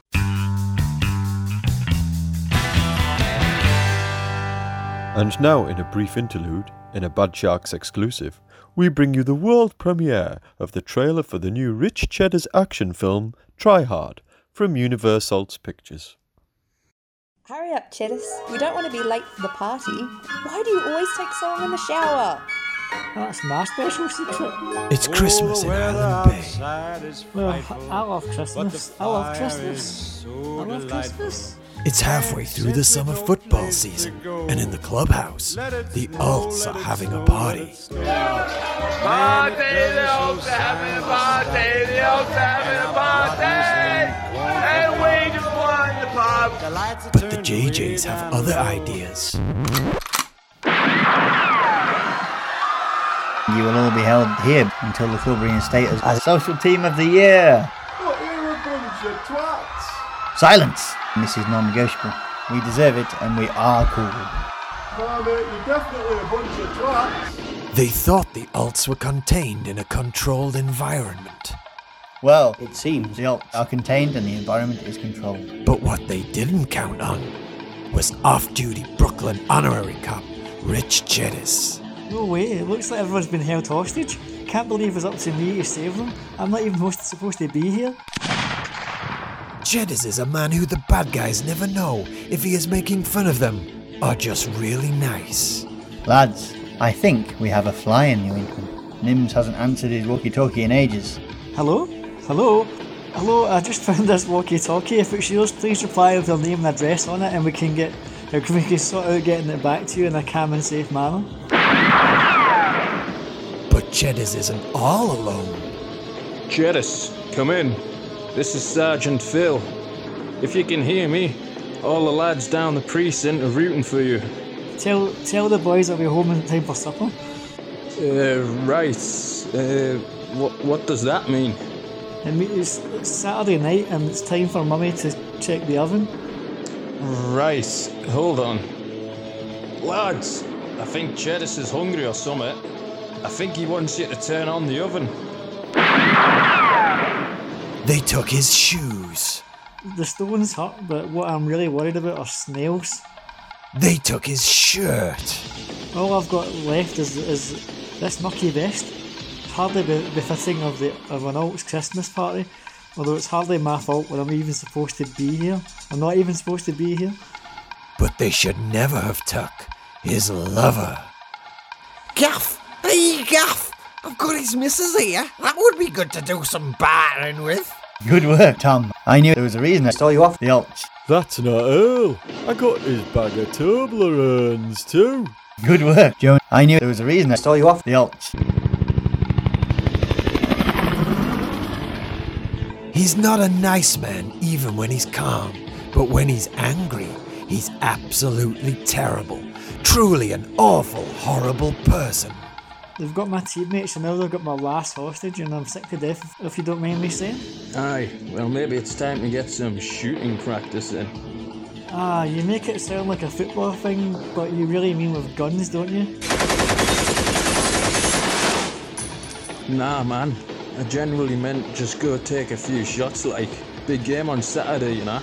And now, in a brief interlude, in a Bad Sharks exclusive, we bring you the world premiere of the trailer for the new Rich Cheddar's action film, Try Hard, from Universalts Pictures.
Hurry up, Cheddars. We don't want to be late for the party. Why do you always take so long in the shower?
That's my special secret.
It's Christmas in Island Bay.
Oh, I love Christmas. I love Christmas. I love Christmas.
It's halfway through the summer football season, and in the clubhouse, the Alts are having a party. But the JJs have other ideas.
You will all be held here until the club reinstate us as social team of the year. Silence. This is non-negotiable. We deserve it, and we are cool.
They thought the Alts were contained in a controlled environment.
Well, it seems the alt are contained and the environment is controlled.
But what they didn't count on was off duty Brooklyn honorary cop Rich Chedis.
No way. It looks like everyone's been held hostage. can't believe it was up to me to save them. I'm not even most supposed to be here.
Jedis is a man who the bad guys never know if he is making fun of them or just really nice.
Lads, I think we have a fly in New England. Nims hasn't answered his walkie talkie in ages.
Hello? Hello? Hello, I just *laughs* found this walkie talkie. If it's yours, please reply with your name and address on it and we can get *laughs* we can sort out getting it back to you in a calm and safe manner.
But Jedis isn't all alone.
Jedis, come in. This is Sergeant Phil. If you can hear me, all the lads down the precinct are rooting for you.
Tell tell the boys I'll be home in time for supper.
Uh, right. Uh, what, what does that mean?
And me- it's it's Saturday night and it's time for mummy to check the oven.
Right. Hold on. Lads, I think Jedis is hungry or something. I think he wants you to turn on the oven.
They took his shoes.
The stones hurt, but what I'm really worried about are snails.
They took his shirt.
All I've got left is is this mucky vest. It's hardly be- befitting of the of an alt's Christmas party. Although it's hardly my fault when I'm even supposed to be here. I'm not even supposed to be here.
But they should never have took his lover. Gaff! Hey, Gaff! I've got his missus here. That would be good to do some bartering with.
Good work, Tom. I knew there was a reason I saw you off the alt.
That's not all. I got his bag of Toblerones too.
Good work, Joan. I knew there was a reason I saw you off the alt.
He's not a nice man even when he's calm, but when he's angry, he's absolutely terrible. Truly an awful, horrible person.
They've got my teammates and now they've got my last hostage and I'm sick to death if you don't mind me saying.
Aye, well, maybe it's time to get some shooting practice in.
Ah, you make it sound like a football thing, but you really mean with guns, don't you?
Nah, man. I generally meant just go take a few shots, like. Big game on Saturday, you know?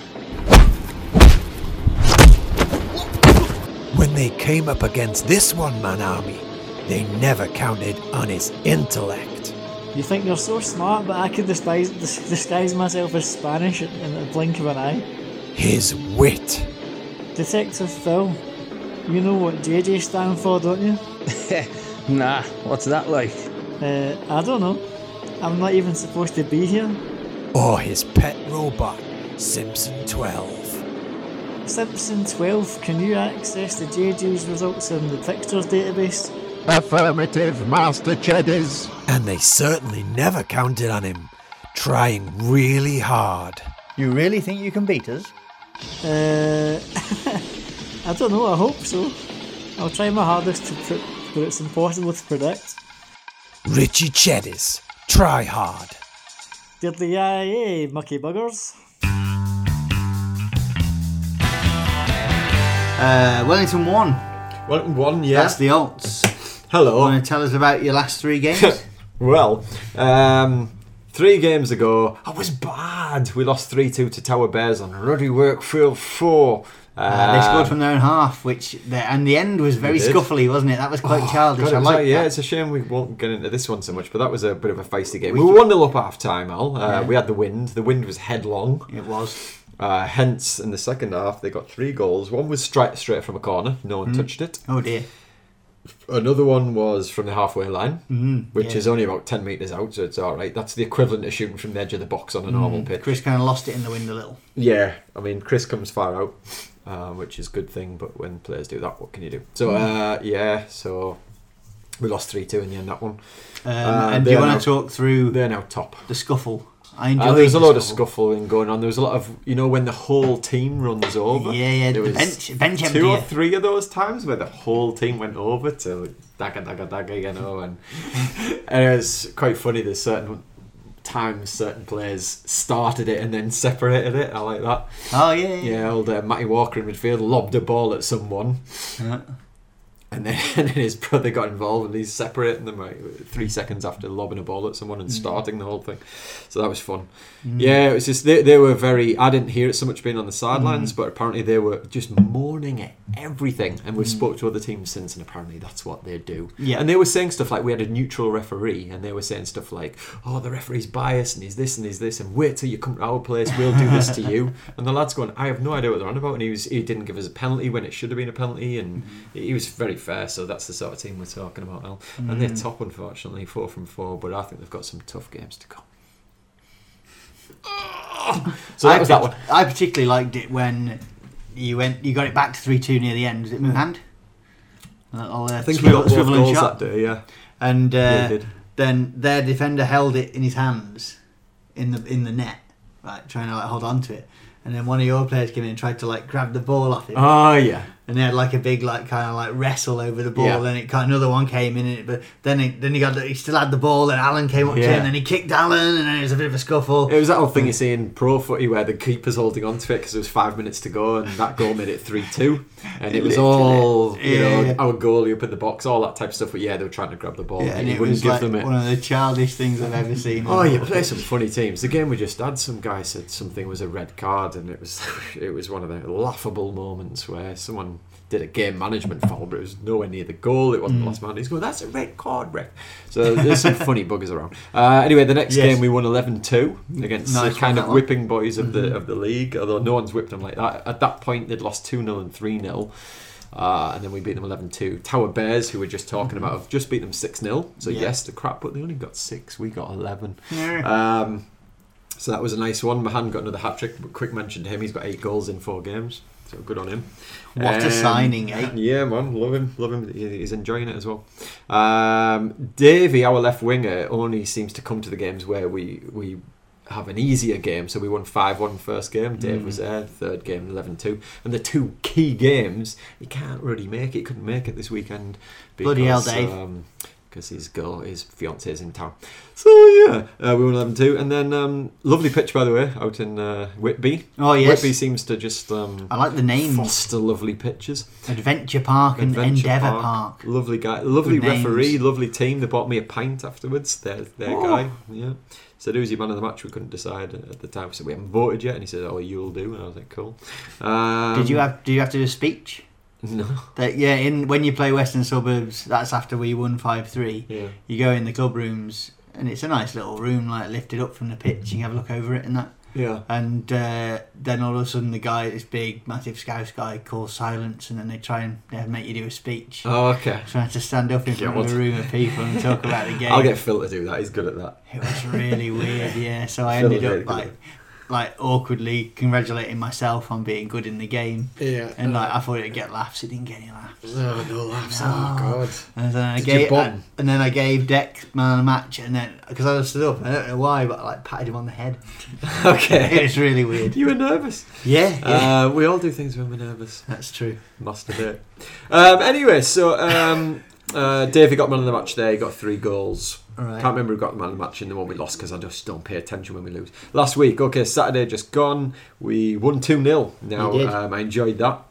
When they came up against this one man army, they never counted on his intellect.
You think you're so smart, but I could disguise, dis- disguise myself as Spanish in the blink of an eye.
His wit.
Detective Phil, you know what JJ stand for, don't you?
Nah, what's that like?
Uh, I don't know. I'm not even supposed to be here.
Or his pet robot, Simpson 12.
Simpson 12, can you access the JJ's results in the fixtures database?
Affirmative, Master Cheddars.
And they certainly never counted on him, trying really hard.
You really think you can beat us?
Uh, *laughs* I don't know, I hope so. I'll try my hardest to put, but it's impossible to predict.
Richie Cheddis, try hard.
Diddly yay, mucky buggers.
Uh, Wellington won.
Well, one, yeah.
That's the alts.
Hello.
Want to tell us about your last three *laughs* games?
Well, um, three games ago, I was bad. We lost 3 2 to Tower Bears on Ruddy Workfield Um, 4.
Ah,
Uh, they scored from their own half, which the, and the end was very
They did.
scuffly, wasn't Oh, it? That was quite
Oh, God,
childish.
it
I
was
like
like- yeah,
that.
it's a shame we won't get into this one so much, but that was a bit of a feisty game. We were 1 0 up half time, Al. Uh, We had the wind. The wind was headlong.
It was.
Uh, hence, in the second half, they got three goals. One was straight, straight from a corner, no one touched it.
Oh dear.
Another one was from the halfway line, which
Mm-hmm. yeah.
is only about 10 metres out, so it's alright. That's the equivalent of shooting from the edge of the box on a normal pitch.
Mm. Chris kind of lost it in the wind a little.
Yeah, I mean, Chris comes far out, uh, which is a good thing, but when players do that, what can you do?
Mm.
So, uh, yeah, so we lost 3 2 in the end, that one.
Um,
Uh,
and do you
they're
want
now-
to talk through
They're now top.
the scuffle? I
Uh,
enjoyed.
there was a
the
lot of scuffling going on. There was a lot of, you know, when the whole team runs over.
Yeah, yeah,
There
the
was
bench- bench
Two or
emptier.
three of those times where the whole team went over to dagger, dagger, dagger, you
*laughs*
know, and, and it was quite funny. There's certain times certain players started it and then separated it. I like that.
Oh yeah, yeah. Uh-huh.
Yeah, old uh, Matty Walker in midfield lobbed a ball at someone. And then, *laughs* and then his brother got involved, and he's separating them like, three seconds after lobbing a ball at someone and
Mm.
starting the whole thing. So that was fun.
Mm.
Yeah, it was just they, they were very. I didn't hear it so much being on the
Mm.
sidelines, but apparently they were just mourning at everything. And we've
Mm.
spoke to other teams since, and apparently that's what they do.
Yeah.
And they were saying stuff like we had a neutral referee, and they were saying stuff like, "Oh, the referee's biased, and he's this and he's this, and wait till you come to our place, we'll do this to *laughs* you." And the lad's going, "I have no idea what they're on about," and he was he didn't give us a penalty when it should have been a penalty, and he was very fair. So that's the sort of team we're talking about now. And they're
Mm.
top, unfortunately, four from four, but I think they've got some tough games to *laughs* come. So that
I
was that
partic- I particularly liked it when you went, you got it back to three two near the end. Was it Moonhand? I'll, uh,
I think we
swivel-
got both
swivel and
goals
shot.
that day, yeah.
and
Yeah,
uh,
we did.
then their defender held it in his hands in the in the net, right, trying to like hold on to it. And then one of your players came in and tried to like grab the ball off him.
Oh, yeah.
And they had like a big like kind of like wrestle over the ball.
Yeah.
Then it got another one came in, and it, but then he, then he got he still had the ball. Then Alan came up to
Yeah.
him, and then he kicked Alan, and then it was a bit of a scuffle.
It was that old thing you see in pro footy where the keeper's holding on to it because there was five minutes to go and that goal made it 3 2. And it was all, you know,
Yeah.
our goalie up in the box, all that type of stuff. But yeah, they were trying to grab the ball
Yeah,
and
and
he
it
wouldn't
was
give
like
them it.
one of the childish things I've ever seen.
*laughs* Oh, you play some funny teams. The game we just had, some guy said something was a red card, and it was *laughs* it was one of the laughable moments where someone did a game management foul, but it was nowhere near the goal. It wasn't
Mm.
the last man. He's going, "That's a red card, ref." So there's
*laughs*
some funny buggers around. Uh, anyway, the next
Yes.
game we won 11-2 against
Nice
the kind
one,
of
that one.
whipping boys of the
Mhm.
of the league, although no one's whipped them like that. At that point, they'd lost 2-0 and 3-0. Uh, and then we beat them 11 2. Tower Bears, who we were just talking about, have just beat them 6 0. So,
Mm-hmm. Yeah.
yes, the crap, but they only got 6. We got 11.
Mm.
Yeah.
Um, so that was a nice one. Mahan got another hat trick. But quick mention to him, he's got eight goals in four games. So good on him.
What a signing, eh?
Yeah, man, love him, love him. He- He's enjoying it as well. Um, Davy, our left winger, only seems to come to the games where we we have an easier game. So we won 5-1 first game. Dave
Hmm.
Mm.
was there. Third game, 11-2. And the two key games, he can't really make it. Couldn't make it this weekend.
Bloody hell, Dave.
Because his girl, his fiance is in town. So yeah, uh, we won 11 2. And then, um, lovely pitch, by the way, out in uh, Whitby.
Oh, yes.
Whitby seems to just. Um,
I like the names.
Foster lovely pitches.
Adventure Park and
Adventure
Endeavour Park.
Lovely guy. Lovely
Good names.
referee, lovely team. They bought me a pint afterwards, their, their
Oh.
guy. Yeah. Said, who's your man of the match? We couldn't decide at the time. So we haven't voted yet. And he said, oh, you'll do. And I was like, cool. Um,
Did you have? Do you have to do a speech?
*laughs* No.
That, yeah, in when you play Western Suburbs, that's after we won five three.
Yeah.
You go in the club rooms, and it's a nice little room, like lifted up from the pitch. You can have a look over it and that.
Yeah.
And uh, then all of a sudden, the guy, this big, massive Scouse guy, calls silence, and then they try and they make you do a speech.
Oh, okay.
Trying to stand up in front of a
God.
room of people and talk about the game.
*laughs* I'll get Phil to do that. He's good at that. *laughs*
It was really weird, yeah. So I
Phil
ended up
was really good at
like, like awkwardly congratulating myself on being good in the game.
Yeah.
And like I thought it'd get laughs, it didn't get any laughs.
No, no laughs.
No.
Oh, God.
And then I
Did you
gave
bomb?
and then I gave Deck man a match, and then because I was stood up, I don't know why, but I like patted him on the head.
*laughs* Okay.
it was really weird.
*laughs* You
*laughs*
were nervous.
Yeah, yeah.
Uh, we all do things when we're nervous.
That's true.
Masturbate. Um, anyway, so um, uh, Davey got man of the match there. He got three goals.
Alright.
Can't remember who got the man of the match in the one we lost because I just don't pay attention when we lose. Last week, okay, Saturday just gone. We won 2 0. Now,
You did.
um, I enjoyed that.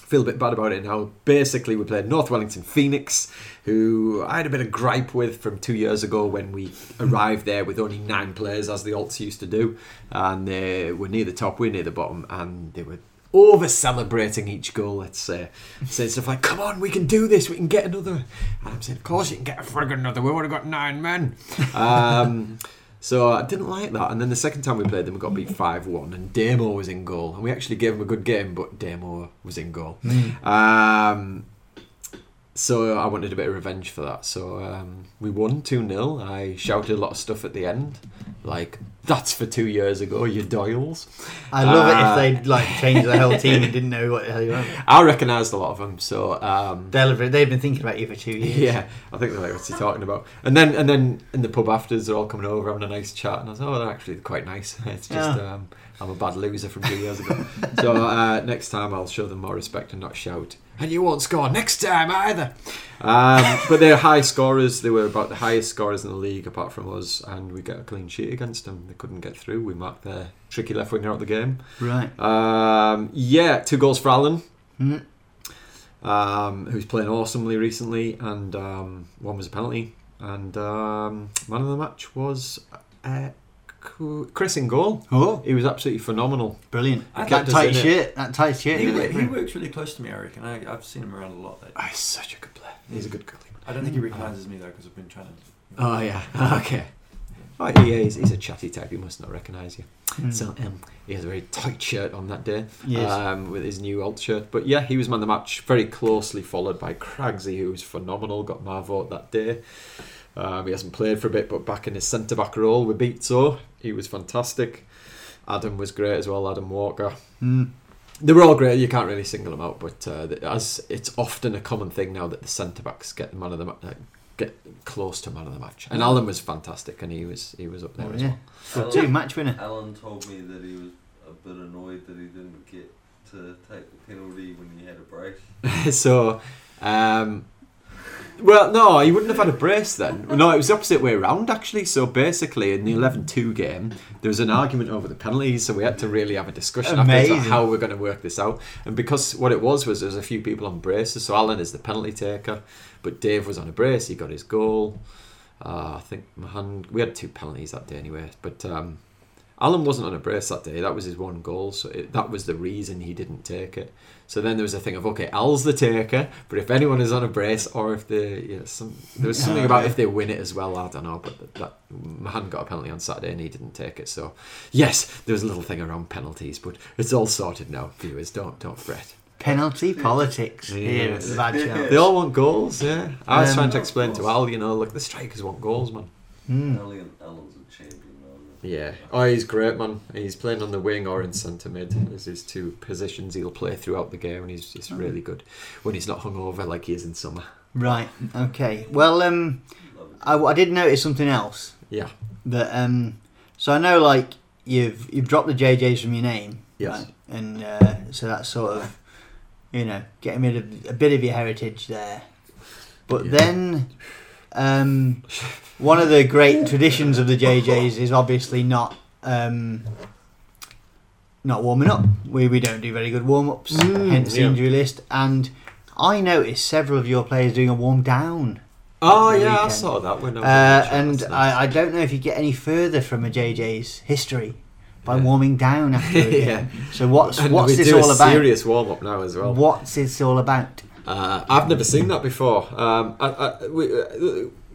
Feel a bit bad about it now. Basically, we played North Wellington Phoenix, who I had a bit of gripe with from two years ago when we arrived there with only nine players, as the Alts used to do. And they were near the top, we are near the bottom, and they were over celebrating each goal, let's say. Saying stuff like, come on, we can do this, we can get another. And I'm saying, of course you can get a friggin' another, we would have got nine men. Um, so I didn't like that. And then the second time we played them, we got beat 5 1, and Damo was in goal. And we actually gave him a good game, but Damo was in goal.
Mm.
Um, so I wanted a bit of revenge for that. So um, we won 2 0. I shouted a lot of stuff at the end, like, that's for two years ago, you Doyles.
I love
Uh,
it if they like changed the whole
*laughs*
team and didn't know what the hell you were.
I recognised a lot of them, so um,
they've been thinking about you for two years.
*laughs* Yeah, I think they're like, "What's he talking about?" And then and then in the pub afters, they're all coming over having a nice chat, and I was, "Oh, they're actually quite nice." *laughs* It's just
Yeah.
um, I'm a bad loser from two years ago. so uh, next time I'll show them more respect and not shout. And you won't score next time either. Um, but they're high scorers. They were about the highest scorers in the league, apart from us, and we got a clean sheet against them. They couldn't get through. We marked their tricky left winger out of the game.
Right.
Um, yeah, two goals for Allen.
Mhm.
um, who's playing awesomely recently, and um, one was a penalty. And um, man of the match was uh, Cu- Chris in goal.
Oh.
He was absolutely phenomenal.
Brilliant.
Kept
that
us
tight
in it.
shit. That tight shit.
He,
really.
wo- he works really close to me, I reckon. I, I've seen him around a lot. Though.
Oh, He's such a good player. He's a good goalie.
I don't think he recognises me though because I've been trying to.
Oh yeah. *laughs* Okay. Oh, yeah, he's, he's a chatty type. He must not recognise you.
Mm.
So um, he has a very tight shirt on that day
Yes.
um, with his new alt shirt. But yeah, he was man of the match, very closely followed by Cragsy, who was phenomenal. Got my vote that day. Um, he hasn't played for a bit, but back in his centre back role with Beatso, he was fantastic. Adam was great as well. Adam Walker.
Mm.
They were all great. You can't really single them out, but uh, th- as it's often a common thing now that the centre backs get the man of the ma- uh, get close to man of the match. And Alan was fantastic, and he was he was up there
Oh,
as
yeah.
well.
Good too, match winner.
Alan told me that he was a bit annoyed that he didn't get to take the penalty when he had a brace.
*laughs* so, um, well, no, he wouldn't have had a brace then. No, it was the opposite way round actually. So basically, in the 11 2 game, there was an argument over the penalties, so we had to really have a discussion after this about
Amazing.
how we're going to work this out. And because what it was was there was a few people on braces, so Alan is the penalty taker, but Dave was on a brace, he got his goal. Uh, I think Mahan, we had two penalties that day anyway, but. Um, Alan wasn't on a brace that day. That was his one goal, so it, that was the reason he didn't take it. So then there was a thing of okay, Al's the taker, but if anyone is on a brace or if they, you know, some, there was something about if they win it as well. I don't know, but that, that Mahan got a penalty on Saturday and he didn't take it. So yes, there was a little thing around penalties, but it's all sorted now. Viewers, don't don't fret.
Penalty politics here at the
*laughs*
Bad Chance.
They all want goals. Yeah, I was
Um,
trying to explain to Al, you know, look, the strikers want goals, man. Hmm.
Alan, Alan's a champion. Man.
Yeah. Oh, he's great, man. He's playing on the wing or in centre mid. As his two positions he'll play throughout the game, and he's just really good when he's not hungover like he is in summer.
Right. Okay. Well, um, I, I did notice something else.
Yeah.
That um, so I know like you've you've dropped the JJ's from your name.
Yes.
right? And uh, so that's sort of you know getting rid of a bit of your heritage there. But
Yeah.
then, um, one of the great traditions of the JJ's is obviously not um, not warming up. We we don't do very good warm ups,
Mm,
hence the
yeah.
injury list. And I noticed several of your players doing a warm down.
Oh
The
yeah, I
weekend.
saw that when I was
Uh,
watching.
and
That's nice.
I, I don't know if you get any further from a JJ's history by
Yeah.
warming
*laughs*
down after a
Yeah.
game. So what's
And
what's
we
this
do
all
a
about?
Serious warm up now as well.
What's this all about?
Uh, I've never seen that before. Um, I, I, we, uh,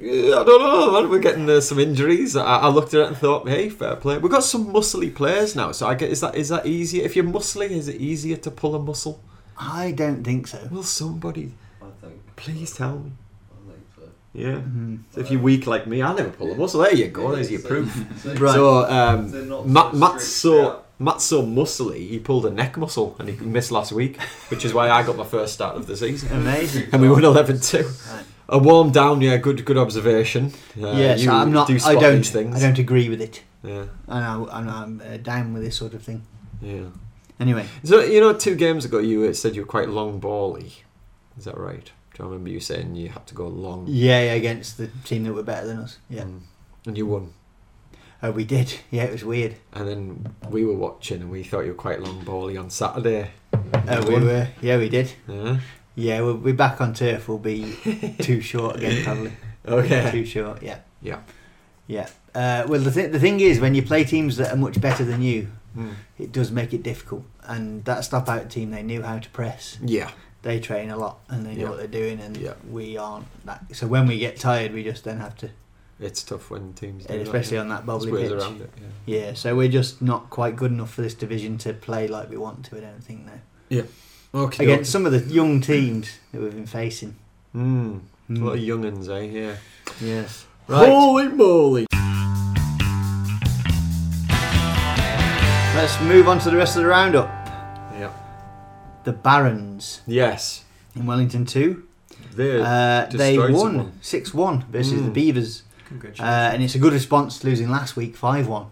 I don't know, man. We're getting uh, some injuries. I, I looked at it and thought, hey, fair play. We've got some muscly players now, so I get is that is that easier? If you're muscly, is it easier to pull a muscle?
I don't think so.
Will somebody
I think.
please tell me?
I think so.
Yeah. So if you're weak like me, I never pull a muscle. There you go. There's your
So-
proof.
*laughs* so-
Right.
So
They're
um,
not
Matt,
so
Matt's
strict,
so Matt's so muscly. He pulled a neck muscle and he missed last week, which is why I got my first start of the season.
Amazing.
And we won 11-2.
Right.
A warm down, yeah, good, good observation. Uh,
yes,
you
I'm not.
Do
I
spot
don't.
these things.
I don't agree with it.
Yeah,
And I, I'm, I'm uh, down with this sort of thing.
yeah.
Anyway,
So you know, two games ago, you uh, said you were quite long bally. Is that right? Do I remember you saying you had to go long?
yeah, yeah, against the team that were better than us. Yeah,
Mm. And you won.
oh, we did. Yeah, it was weird.
And then we were watching, and we thought you were quite long bally on Saturday.
Uh, we
won.
were. Yeah, we did.
Yeah.
Yeah, we'll be back on turf. We'll be too short again, probably.
*laughs* Okay.
Too short. Yeah.
Yeah.
Yeah. Uh, well, the, th- the thing is, when you play teams that are much better than you,
Mm.
it does make it difficult. And that stop out team, they knew how to press.
Yeah.
They train a lot and they know
Yeah.
what they're doing, and
Yeah.
we aren't. That. So when we get tired, we just then have to,
It's tough when teams, do
and
that,
especially
yeah.
on that
There's
bubbly
ways
pitch.
around it.
Yeah, so we're just not quite good enough for this division to play like we want to. I don't think now.
Yeah. Okay.
Against some of the young teams that we've been facing.
Mm. A lot of
Mm.
younguns, eh? Yeah.
Yes.
Holy moly!
Let's move on to the rest of the roundup.
Yeah.
The Barons
Yes.
in Wellington Two.
They
Uh, they
destroyed
won
someone.
six one versus the
Mm.
Beavers, uh,
Congratulations.
and it's a good response to losing last week five one.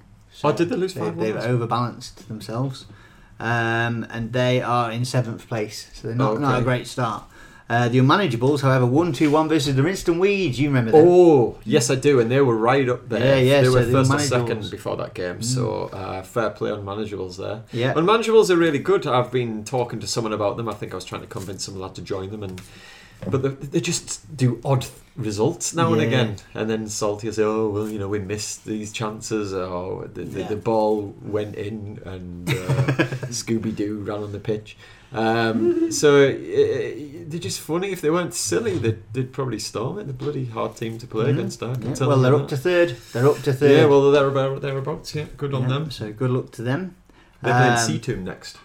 Oh, did they lose 5-1?
They've overbalanced themselves, um, and they are in seventh place, so they're not, not a
Oh, Okay.
great start. Uh, the Unmanageables, however, one two one versus the Rinston Weeds. You remember them?
Oh, yes, I do, and they were right up there.
Yeah, yeah,
They
so
were
they Hmm. were
first or
manageables.
second before that game, so uh, fair play on manageables there.
Yeah.
Unmanageables are really good. I've been talking to someone about them. I think I was trying to convince some lad to join them, and but they, they just do odd results now and
Yeah.
again. And then Salty will say, "Oh, well, you know, we missed these chances. Oh, the, the,
Yeah.
the ball went in, and uh,
*laughs*
Scooby Doo ran on the pitch." Um, so uh, they're just funny. If they weren't silly, they'd, they'd probably storm it. The bloody hard team to play
Mhm.
against. I can
Yeah,
tell
Well,
you
they're
that.
up to third. They're up to third.
Yeah, well, they're about thereabouts. Yeah, good on
Yeah,
them.
So good luck to them.
They're playing
Um,
Seatum next.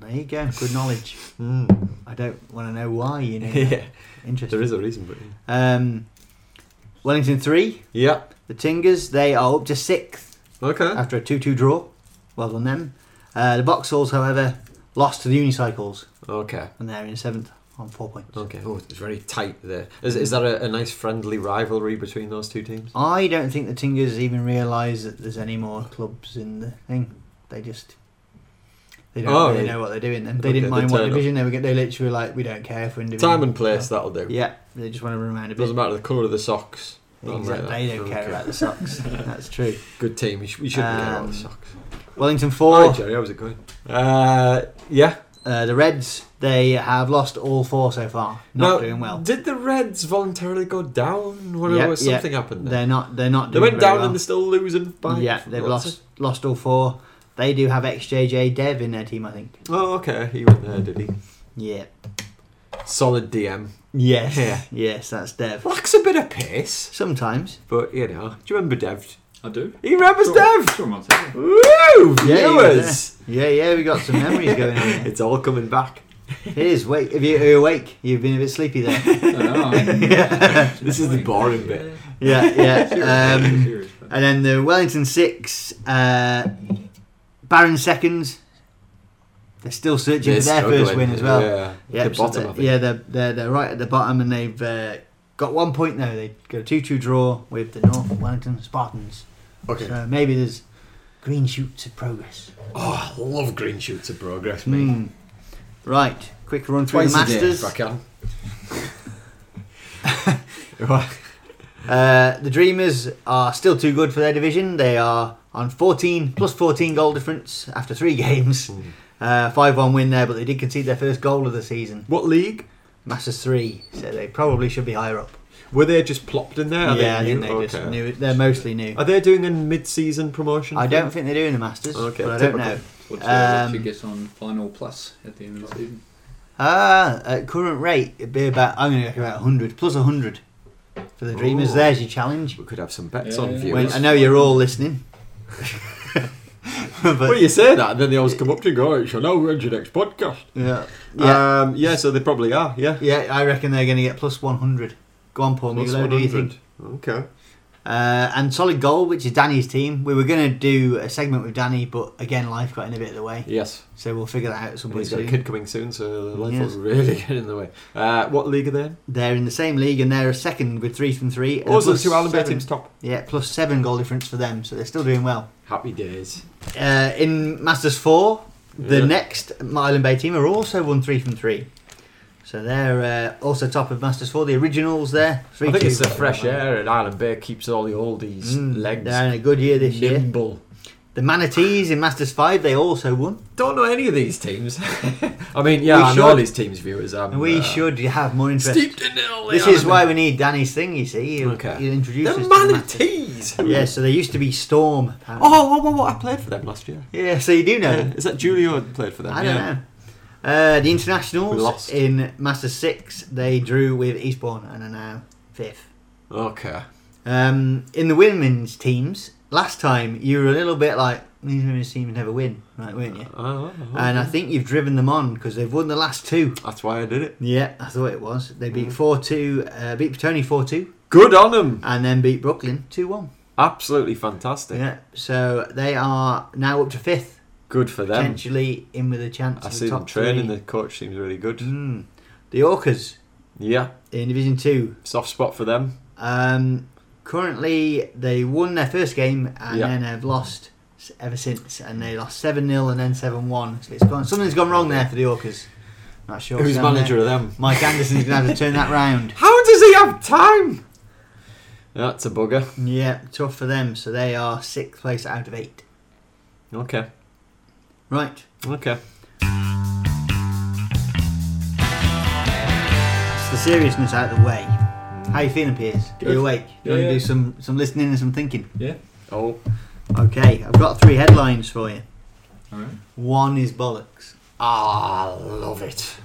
There you go. Good knowledge.
Mm.
I don't want to know why. You know.
*laughs* Yeah.
Interesting.
There is a reason, but yeah.
Um, Wellington three.
Yeah.
The Tingers they are up to sixth.
Okay.
After a two-two draw, well done them. Uh, the Boxhalls, however, lost to the Unicycles,
Okay.
and they're in seventh on four points.
Okay. Oh, it's very tight there. Is, is that a, a nice friendly rivalry between those two teams?
I don't think the Tingers even realise that there's any more clubs in the thing. They just they don't
Oh,
really
yeah.
know what they're doing. Then they
Okay,
didn't
they
mind what
turn up.
division they were. get- They literally were like we don't care if we're in division.
Time and place, that'll do.
Yeah, they just want to remind a
It
bit.
doesn't matter the colour of the socks. Nothing like
Exactly.
that.
They don't care
Okay.
about the
*laughs*
socks. That's true.
Good team. We, sh- we shouldn't care about
Um,
the socks.
Wellington four.
Hi, Jerry. How's it going? Uh, yeah.
Uh, the Reds they have lost all four so far. Not
Now,
doing well.
Did the Reds voluntarily go down? What,
Yeah,
or
yeah.
something happened there?
They're not. They're not.
They
doing very
went down
well.
and they're still losing by.
Yeah, they've
lots
lost lost all four. They do have XJJ Dev in their team, I think.
of- Oh, okay. He went there, did he?
Yeah.
Solid DM.
Yes.
Yeah.
Yes, that's Dev.
Lacks a bit of pace,
Sometimes.
but you know. Do you remember Dev?
I do.
He remembers
Sure,
Dev.
sure, I'm on second.
Woo!
Yeah, you were
Viewers.
Yeah, yeah, we got some *laughs* memories going on. Here.
*laughs* It's all coming back.
It is. Wait, if you, are you awake? You've been a bit sleepy *laughs* there.
I know, I'm-
This is the boring bit.
yeah, yeah.
uh, Serious,
Um,
serious, but-
and then the Wellington Six, uh, Baron Seconds. They're still searching for their first
struggling.
win as well.
Yeah,
Yeah,
the
so
bottom.
they're-
I think.
Yeah, they're, they're, they're right at the bottom and they've uh, got one point now. They got a 2 2 draw with the North Wellington Spartans.
Okay.
So maybe there's green shoots of progress.
Oh, I love green shoots of progress, mate.
Hmm. Right, quick run through
Twice
the
a day, if
Masters.
I can. right.
*laughs* Uh, the Dreamers are still too good for their division. They are on 14 plus 14 goal difference after three *laughs* games.
Hmm.
Uh, 5 1 win there, but they did concede their first goal of the season.
What league?
Masters 3, so they probably should be higher up.
Were they just plopped in there? Are
yeah, I
they
think
new?
they just
Okay.
knew it. They're mostly new.
Are they doing a mid-season promotion?
I
thing?
don't think they're doing the Masters,
Okay,
but I don't
typical.
know.
What's, uh,
Um,
what's your guess on final plus at the end of the season?
Ah, at current rate, it'd be about, I'm going to go about 100, plus 100 for the Dreamers.
Ooh.
There's your challenge.
We could have some bets
Yeah,
on
yeah.
When,
viewers.
I know you're all listening. *laughs* but,
well, you say that, and then they always come up to you and go, "Right, so now we're on your next podcast."
yeah, yeah,
um, yeah. So they probably are. Yeah,
yeah, I reckon they're going to get plus 100. Go on, Paul
Plus
Migolo, do you
100.
think?
Okay.
Uh, and Solid Goal, which is Danny's team. We were going to do a segment with Danny, but again, life got in a bit of the way.
Yes,
So we'll figure that out at some
and
point
he's got a
soon.
kid coming soon, so life
Yes.
was really *laughs* getting in the way. Uh, what league are they in?
They're in the same league and they're a second with three from three. and a
Oh, so the
plus
two Allen Bay
seven-
teams top.
Yeah, plus seven goal difference for them, so they're still doing well.
Happy days.
Uh, in Masters 4, the
Yeah.
next Island Bay team are also one three from three. So they're uh, also top of Masters 4, the originals there. Three,
I think
two.
it's the fresh air at Island Bay keeps all the oldies
Mm,
legs
They're in a good year this year.
nimble.
The Manatees in Masters 5, they also won.
Don't know any of these teams. *laughs* I mean, yeah,
We
I know all
should.
these teams, viewers. Um,
And we
uh,
should have more interest.
steeped in it all.
this
they
is
are.
why we need Danny's thing, you see. He'll,
Okay.
he'll introduce us
The
to
Manatees.
Masters. Yeah, so they used to be Storm. apparently.
Oh, what, what, what? I played for them last year.
Yeah, so you do know.
*laughs*
them.
Yeah. Is that Julio played for them?
I don't
yeah.
know. Uh, the
We
internationals
lost.
in Master Six, they drew with Eastbourne and are now fifth.
Okay.
Um, in the women's teams, last time you were a little bit like these women's teams never win, right, weren't you?
Oh,
And I think you've driven them on because they've won the last two.
that's why I did it.
Yeah, I thought it was. They
Mm-hmm.
beat four two, uh, beat Tony four two,
Good on them.
and then beat Brooklyn two one.
Absolutely fantastic.
Yeah, so they are now up to fifth,
Good for them.
potentially in with a chance.
I
of
see
the top
them training.
three.
The coach seems really good.
Mm. The Orcas
Yeah.
in Division Two.
Soft spot for them.
Um, currently, they won their first game and
Yeah.
then have lost s- ever since. And they lost 7 0 and then 7 1. So it's gone, something's gone wrong there for the Orcas. Not sure.
Who's
down
manager
there.
of them?
Mike Anderson's gonna have to turn that round.
How does he have time? That's a bugger.
Yeah, tough for them. So they are sixth place out of eight.
Okay.
Right.
Okay.
It's the seriousness out of the way. How you feeling, Piers?
Good.
You awake? You want
Yeah,
to
yeah.
do some some listening and some thinking?
Yeah. Oh.
Okay, I've got three headlines for you.
Alright.
One is bollocks. Ah, love it.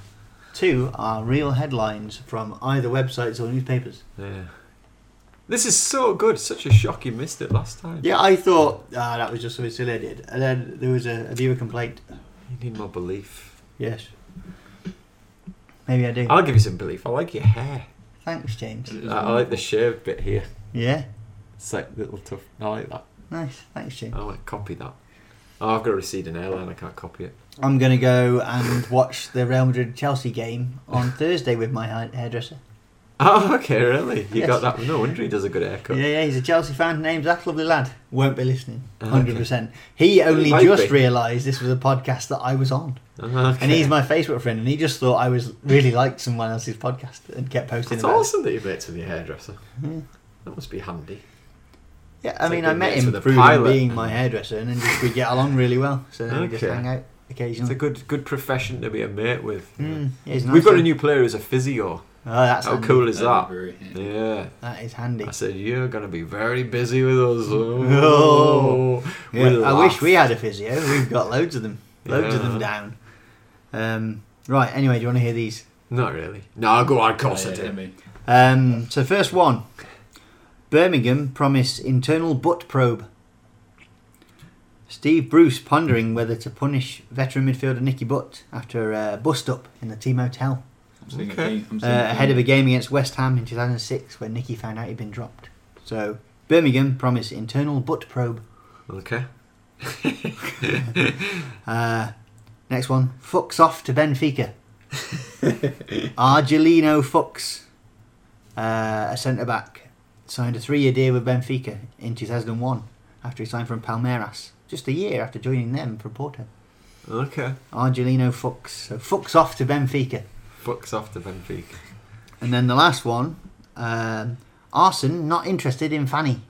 Two are real headlines from either websites or newspapers.
Yeah. This is so good. Such a shock you missed it last time.
Yeah, I thought ah, that was just something silly I did, and then there was a, a viewer complaint.
You need more belief.
Yes. Maybe I do.
I'll give you some belief. I like your hair.
Thanks, James.
I, I like the shaved bit here.
Yeah.
It's like little tough. I like that.
Nice. Thanks, James.
I like copy that. Oh, I've got a receding hairline. I can't copy it. *laughs*
I'm gonna go and watch the Real Madrid Chelsea game
*laughs*
on Thursday with my hi- hairdresser.
Oh, okay, really? You
Yes.
got that? No wonder he does a good haircut.
Yeah, yeah, he's a Chelsea fan. Name's that lovely lad. Won't be listening.
Oh,
Hundred percent. He only
Might
just
be.
realised this was a podcast that I was on,
Oh, okay.
and he's my Facebook friend, and he just thought I was really liked someone else's podcast and kept posting.
It's
about it.
awesome that you're mates with your hairdresser.
Yeah.
That must be handy.
Yeah, I
It's
mean,
like
I
being
met
mates
him
with a
through him
pilot.
being my hairdresser, and then just, we get along really well. So then we just
Okay.
hang out
It's
occasionally.
a good good profession to be a mate with.
Mm, yeah, he's
We've
nice
got a
though.
new player who's a physio.
Oh, that's
How
handy.
cool is
That'd
that?
be very handy.
Yeah.
That is handy.
I said, you're going to be very busy with us.
Oh.
Oh. We
Yeah, I wish
laugh.
we had a physio. We've got loads of
*laughs*
them. Loads of them
Yeah.
down. Um, right, anyway, do you want to hear these?
Not really. No, go on, of course
Yeah,
I
yeah,
do.
me.
Um, so, first one Birmingham promise internal butt probe. Steve Bruce pondering whether to punish veteran midfielder Nicky Butt after a uh, bust up in the team hotel
I'm seeing
Okay.
a theme. I'm
uh,
seeing a
ahead of
theme.
a game against West Ham in 2006 when Nicky found out he'd been dropped. So, Birmingham promise internal butt probe.
Okay.
Uh, next one. Fucks off to Benfica. Argelino Fuchs, uh, a centre back, signed a three year deal with Benfica in 2001 after he signed from Palmeiras, just a year after joining them from Porto.
Okay.
Argelino Fuchs. So, Fuchs off to Benfica.
Fucks off to Benfica.
And then the last one. Um, Arsene not interested in Fanny.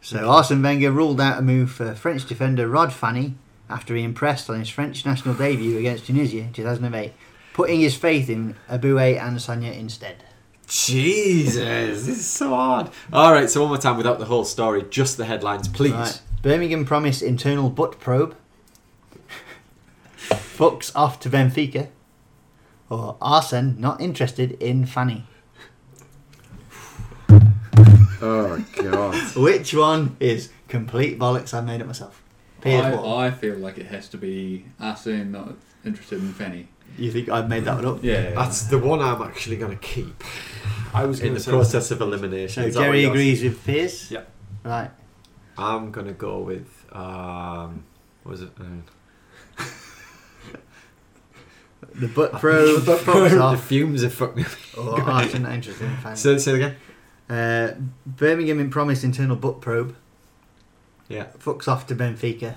So Arsene Wenger ruled out a move for French defender Rod Fanny after he impressed on his French national debut against Tunisia in 2008, putting his faith in Aboué and Sanya instead.
Jesus, this is so hard. All right, so one more time without the whole story, just the headlines, please.
Right. Birmingham promise internal butt probe. *laughs* Fucks off to Benfica. Or Arsene not interested in Fanny.
Oh God.
Which one is complete bollocks? I made it myself. Piers, what?
I, I feel like it has to be Arsene not interested in Fanny.
You think I've made that one up?
Yeah.
That's the one I'm actually going to keep
*laughs* I was
in
going
the
to say
process of elimination.
So
Is that
Jerry
what yours-
agrees with Piers.
Yep.
Right.
I'm going to go with um, what was it? Uh,
The butt probe *laughs* fucks
the
off. Oh,
fumes have fucked me.
Or Arsenal not interested in finding.
Say, say it again.
uh, Birmingham in promise internal butt probe.
Yeah.
Fucks off to Benfica.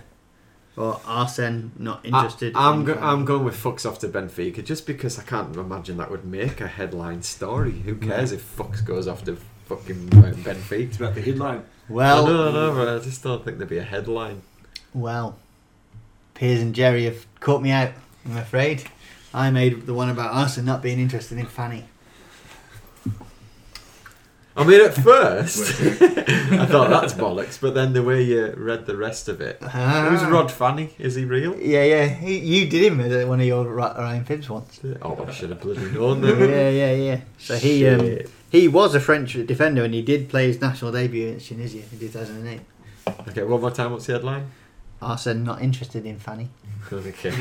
Or Arsene not
I-
interested.
I'm
in
go-
finding.
I'm going with fucks off to Benfica just because I can't imagine that would make a headline story. Who cares if fucks goes off to fucking uh, Benfica?
it's about the headline.
Well,
I don't know, but I just don't think there'd be a headline.
well. Piers and Jerry have caught me out. I'm afraid. I made the one about Arsene not being interested in Fanny.
I mean,
*laughs*
at first, I thought that's bollocks, but then the way you read the rest of it. Who's
Ah.
Rod Fanny? Is he real?
Yeah, yeah. He, you did him at one of your Ri- Ryan Phipps ones.
Oh, I should have bloody known
yeah,
that. *laughs*
yeah, yeah. So he um,
Shit.
he was a French defender and he did play his national debut against Tunisia in 2008.
Okay, one more time, what's the headline? *laughs*
Arsene not interested in Fanny.
Okay.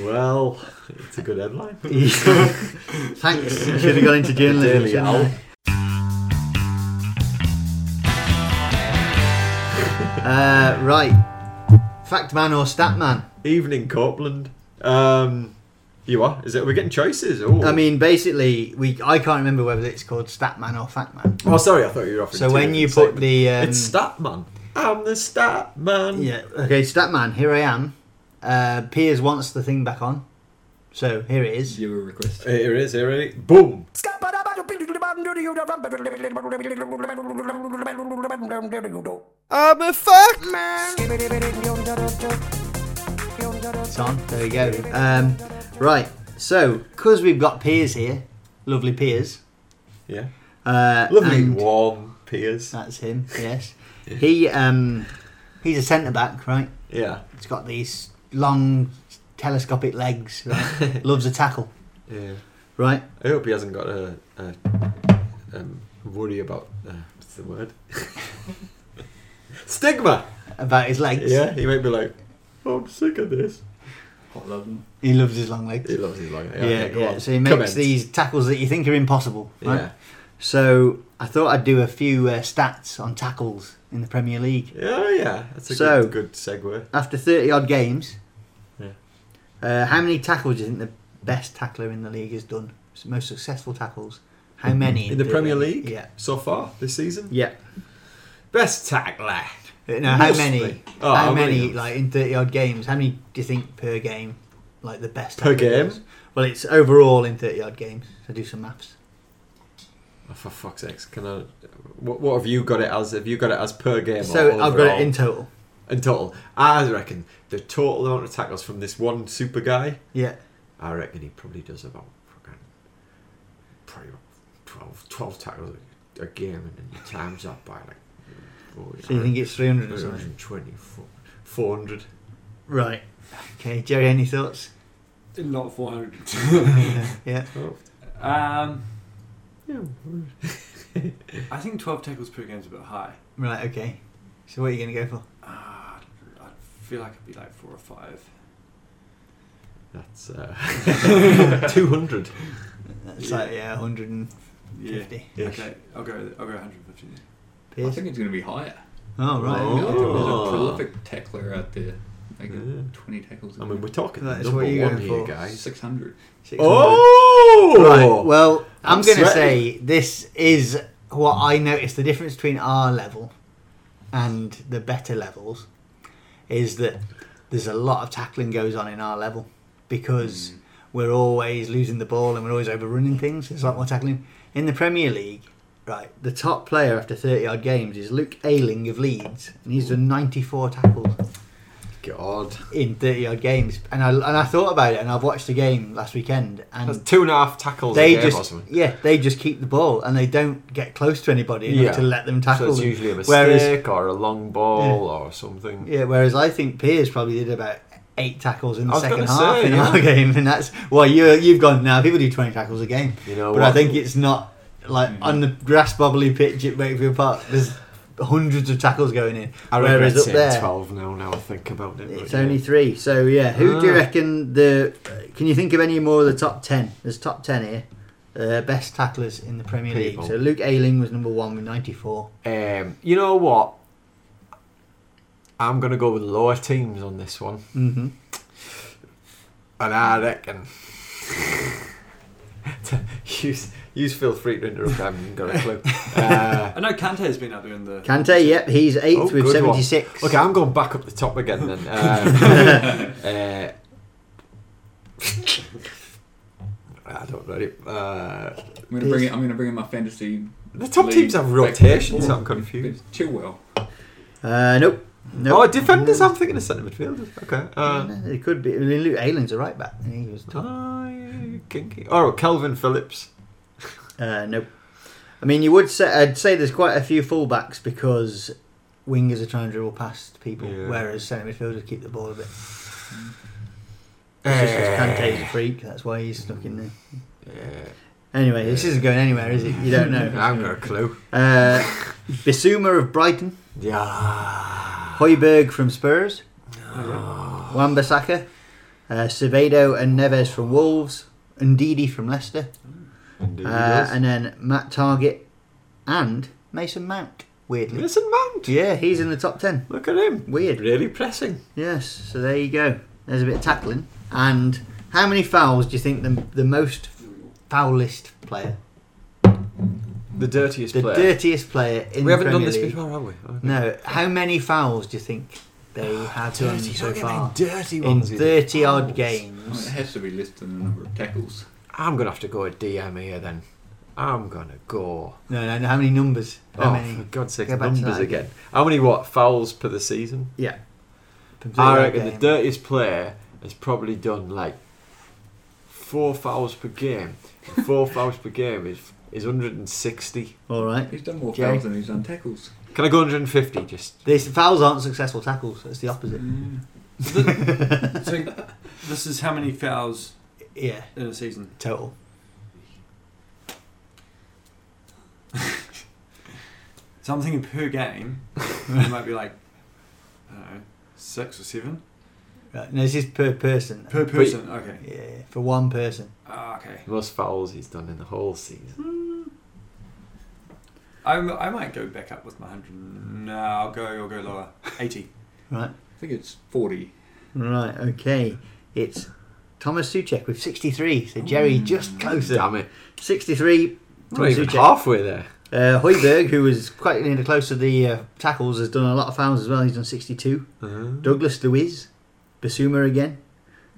well, it's a good headline.
Thanks. You should have gone into journalism.
Daily
shouldn't
Owl.
I? Uh, right. Fact man or stat man?
Evening, Copeland. Um, you are? Is it? We're getting choices. Oh.
I mean, basically, we I can't remember whether it's called stat man or fact man.
oh, sorry, I thought you were offering.
So
two
when you
different
put the um,
statements. it's Statman. I'm the Statman.
yeah, okay, stat man. Here I am. Uh, Piers wants the thing back on. So here it is.
Viewer request.
Here it is, here it is. Boom!
I'm a fuck man.
It's on. There we go. Um, right. So, because we've got Piers here, lovely Piers.
Yeah.
Uh,
Lovely
and-
warm Piers.
That's him. Yes. he um, he's a centre back, right?
Yeah.
He's got these long telescopic legs.
*laughs*
Right? Loves a tackle.
Yeah.
Right.
I hope he hasn't got a, a um, worry about uh, what's the word *laughs* stigma
about his legs.
Yeah, he might be like,
"Oh,
I'm sick of this.
I love them.
He loves his long legs.
He loves his long legs.
Yeah,
Yeah,
yeah.
okay, go on.
So he makes
Comment.
these tackles that you think are impossible. Right?
Yeah.
So I thought I'd do a few uh, stats on tackles in the Premier League.
Yeah, oh, yeah, that's a
so
good, good segue.
after thirty odd games,
Yeah.
uh, how many tackles do you think the best tackler in the league has done? S- Most successful tackles. How many
in the
30?
Premier League?
Yeah.
so far this season.
Yeah.
Best tackler.
Uh, No, how
Mostly.
many?
Oh,
how
how
many?
many?
Like in thirty odd games, how many do you think per game? Like the best
Per
tackler
game?
is? Well, it's overall in thirty odd games. So do some maths.
Oh, for fuck's sakes, can I? What, what have you got it as? Have you got it as per game? or
So I've got
overall?
it in total.
In total, I reckon the total amount of tackles from this one super guy.
Yeah.
I reckon he probably does about fucking probably about 12, 12 tackles a- a game, and then you times that by like. oh,
So you think it's 300 or something?
320, 400.
Right. Okay, Jerry. Any thoughts?
Not *laughs*
*laughs*
400.
yeah.
Um,
yeah. *laughs*
I think 12 tackles per game is a bit high.
Right. Okay. So what are you going to go for?
Ah, I feel like it'd be like four or five.
That's *laughs* uh, 200.
That's like yeah, 150.
Yeah.
Okay, I'll go. I'll go 150. then.
I
Piers?
think it's going to be higher.
Oh right.
I think
okay.
There's
Oh.
a prolific tackler out there. Like
Yeah.
20 tackles.
I mean, we're talking
That's
number
what you're
one
going
here,
for.
guys.
600.
600.
Oh!
Right. Well, I'm,
I'm
going to say
sweating.
this is what I noticed the difference between our level and the better levels is that there's a lot of tackling goes on in our level because
Hmm.
we're always losing the ball and we're always overrunning things. It's like more tackling in the Premier League. Right, the top player after 30 odd games is Luke Ayling of Leeds, and he's done 94 tackles
God.
in 30 odd games. And I, and I thought about it, and I've watched the game last weekend, and
That's two and a half tackles
they
a game or
just
something.
yeah they just keep the ball and they don't get close to anybody enough
Yeah.
to let them tackle
So it's
them.
usually a mistake
whereas
or a long ball or something.
yeah whereas I think Piers probably did about eight tackles in the
I was
second
gonna
half
say,
in
yeah.
our game and that's well you you've gone now people do 20 tackles a game
You know
but
what?
I think it's not like on the grass bobbly pitch at Wakefield Park there's hundreds of tackles going in
I reckon
whereas
it's
up there
12 now, now I think about it.
it's
but
only
yeah.
three so yeah who do you
Ah.
reckon the can you think of any more of the top 10 there's top 10 here uh, best tacklers in the Premier
People.
League. So Luke Ayling was number one with 94.
Um, you know what? I'm going to go with lower teams on this one.
Mm-hmm.
And I reckon. *laughs* you, you feel free to interrupt. I haven't got a clue. Uh,
I know Kante's been up there in the.
Kante, yep, he's eighth
Oh,
with
good
76. *laughs*
okay, I'm going back up the top again then. Uh, *laughs* Um, uh, I don't know. Uh,
I'm going to bring it. I'm going to bring in my fantasy.
the top
league
teams have
back and
rotations.
forth.
I'm confused.
Chilwell.
Uh, nope. Nope.
Oh, defenders. I'm thinking of centre midfielders. Okay. Uh,
it could be. I mean, Luke Ayling's a right back. and He was top.
I- kinky. Oh, Calvin Phillips.
Uh, nope. I mean, you would say I'd say there's quite a few fullbacks because wingers are trying to dribble past people,
Yeah.
whereas centre midfielders keep the ball a bit. It's
Eh.
just 'cause Kante's a freak. That's why he's stuck in there.
Yeah.
Anyway, this isn't going anywhere, is it? You don't
Eh. *laughs* I
know.
haven't got a clue.
Uh, Bissouma of Brighton, Oh,
Yeah. Oh,
Hoiberg from Spurs, Wan-Bissaka, uh, Cevedo and Neves from Wolves, Ndidi from Leicester,
Indeed
uh,
it is.
and then Matt Target and Mason Mount. Weirdly,
Mason Mount.
yeah, he's in the top ten.
Look at him.
Weird.
Really pressing.
Yes. So there you go. There's a bit of tackling. And how many fouls do you think the the most foulest player,
The dirtiest
the dirtiest player in
we
the
haven't
Premier
done this
League?
before, have we? Okay.
No. How many fouls do you think they
Oh,
have done
dirty,
so
look at
far.
them dirty
in
ones in
thirty odd
holes.
games.
It has to be less than the number of tackles.
I'm gonna have to go a DM here then. I'm gonna go.
No, no, no. How many numbers? How
oh,
many?
for God's sake,
Go back to
numbers
that
again. How many what fouls per the season?
Yeah.
I
Zero
reckon the
game.
dirtiest player has probably done like four fouls per game.
*laughs*
And four fouls per game is is 160.
All right.
He's done more
Okay.
fouls than he's done tackles.
Can I go 150? Just
These fouls aren't successful tackles. It's the opposite.
Mm.
So *laughs* this is how many fouls?
Yeah.
In a season
total.
So I'm thinking per
*laughs*
game, it might be like, I don't know, six or seven.
Right, No, this is per person.
Per person, okay.
Yeah, for one person.
Ah, okay.
Most fouls he's done in the whole season.
I, I might go back up with my hundred. No, I'll go. I'll go lower. Eighty.
Right.
I think it's forty.
Right. Okay. It's Thomas Suchek with sixty-three. So Jerry just closer.
Damn it.
Sixty-three.
Mm. Not
Thomas
even
Suchek.
halfway there.
Uh, Hoiberg, who was quite near the close of the uh, tackles, has done a lot of fouls as well. He's done 62. Douglas Luiz, Basuma again.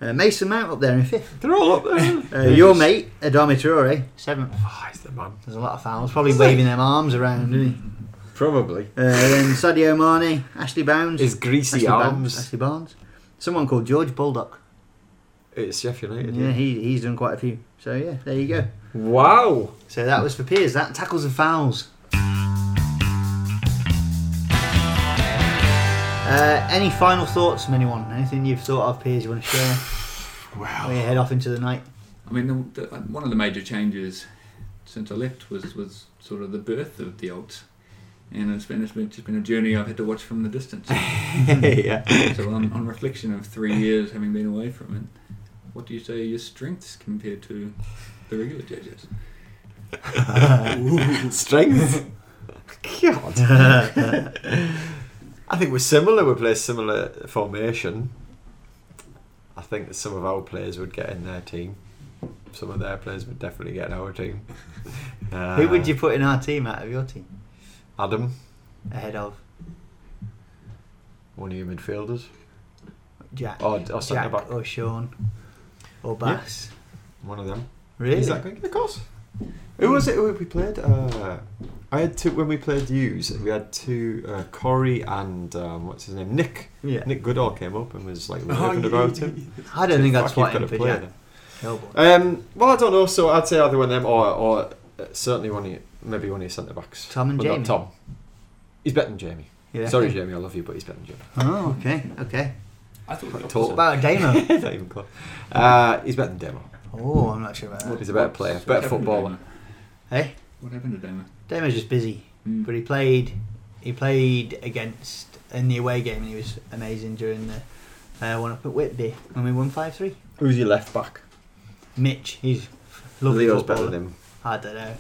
Uh, Mason Mount up there in fifth.
They're all up there.
*laughs* Uh, your mate, Adama Traore, seventh.
Oh, he's the man.
There's a lot of fouls. Probably waving them arms around, isn't he?
Probably.
Uh, then Sadio Mane, Ashley Bounds.
His greasy
Ashley
arms.
Barnes, Ashley Barnes. Someone called George Bulldog.
It's Sheffield United.
Yeah, he, he's done quite a few. So, yeah, there you go.
Wow.
So that was for Piers. That tackles and fouls. Uh, any final thoughts from anyone? Anything you've thought of, Piers, you want to share?
Wow.
We head off into the night.
I mean, the, the, one of the major changes since I left was, was sort of the birth of the Alts. And it's been, it's been just been a journey I've had to watch from the distance.
*laughs* Yeah.
So on, on reflection of three years having been away from it, what do you say are your strengths compared to the regular judges?
Strength. God. I think we're similar. We play similar formation. I think that some of our players would get in their team. Some of their players would definitely get in our team.
*laughs*
Uh,
Who would you put in our team out of your team?
Adam,
Ahead of
one of your midfielders. Oh,
Jack,
Or, or centre
Jack
back.
or Sean or Bass?
One of them.
Really?
Is that good? Of course. Who was it who we played? Uh, I had two when we played Hughes. We had two uh, Corey and um, what's his name, Nick.
Yeah.
Nick Goodall came up and was like
Oh,
raving
yeah,
about
yeah,
him.
yeah. I don't think that's
Fuck,
what
you've
him
got to
for
play
Jack. Oh,
him.
Hellboy.
Um, well, I don't know. So I'd say either one of them, or, or uh, certainly one of your, maybe one of your centre backs.
Tom and
Well,
Jamie?
Not Tom. He's better than Jamie.
Yeah. *laughs*
Sorry, Jamie. I love you, but he's better than Jamie.
Oh, okay, okay.
I thought
Quite
What about
*laughs*
Damo?
Not even close. Uh, he's better than Demo.
Oh, I'm not sure about that.
He's a better player,
What
better
happened to
footballer.
Hey?
Damo? What happened to Hmm. Damo?
Damo's just busy, but he played. He played against in the away game, and he was amazing during the uh, one up at Whitby when we won five three.
Who's your left back?
Mitch, he's a lovely.
Leo's
footballer.
better than him.
I don't know.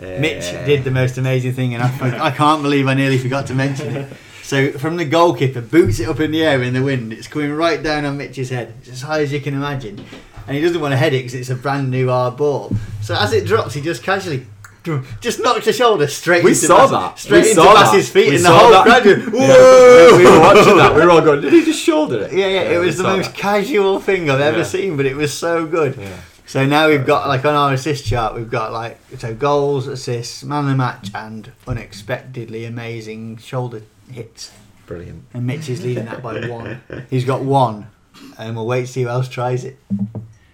Uh,
Mitch did the most amazing thing, and I, I can't believe I nearly forgot to mention it. So from the goalkeeper, boots it up in the air in the wind. It's coming right down on Mitch's head. It's as high as you can imagine, and he doesn't want to head it because it's a brand new hard ball. So as it drops, he just casually. Just knocked his shoulder straight.
We
into
saw
Bas-
that.
Straight
We
into
saw
Bass's
that.
feet,
We
and the
saw
whole
that. *laughs*
crowd went,
Yeah.
"Whoa!"
We were watching
*laughs*
that. We were all going, "Did he just shoulder it?"
Yeah, yeah.
Yeah,
it was
we
the
saw
most
that.
casual thing I've ever
Yeah.
seen, but it was so good.
Yeah.
So now we've got like on our assist chart, we've got like so goals, assists, man of the match, and unexpectedly amazing shoulder hits.
Brilliant.
And Mitch is leading that by
*laughs*
one. He's got one, and we'll wait to see who else tries it.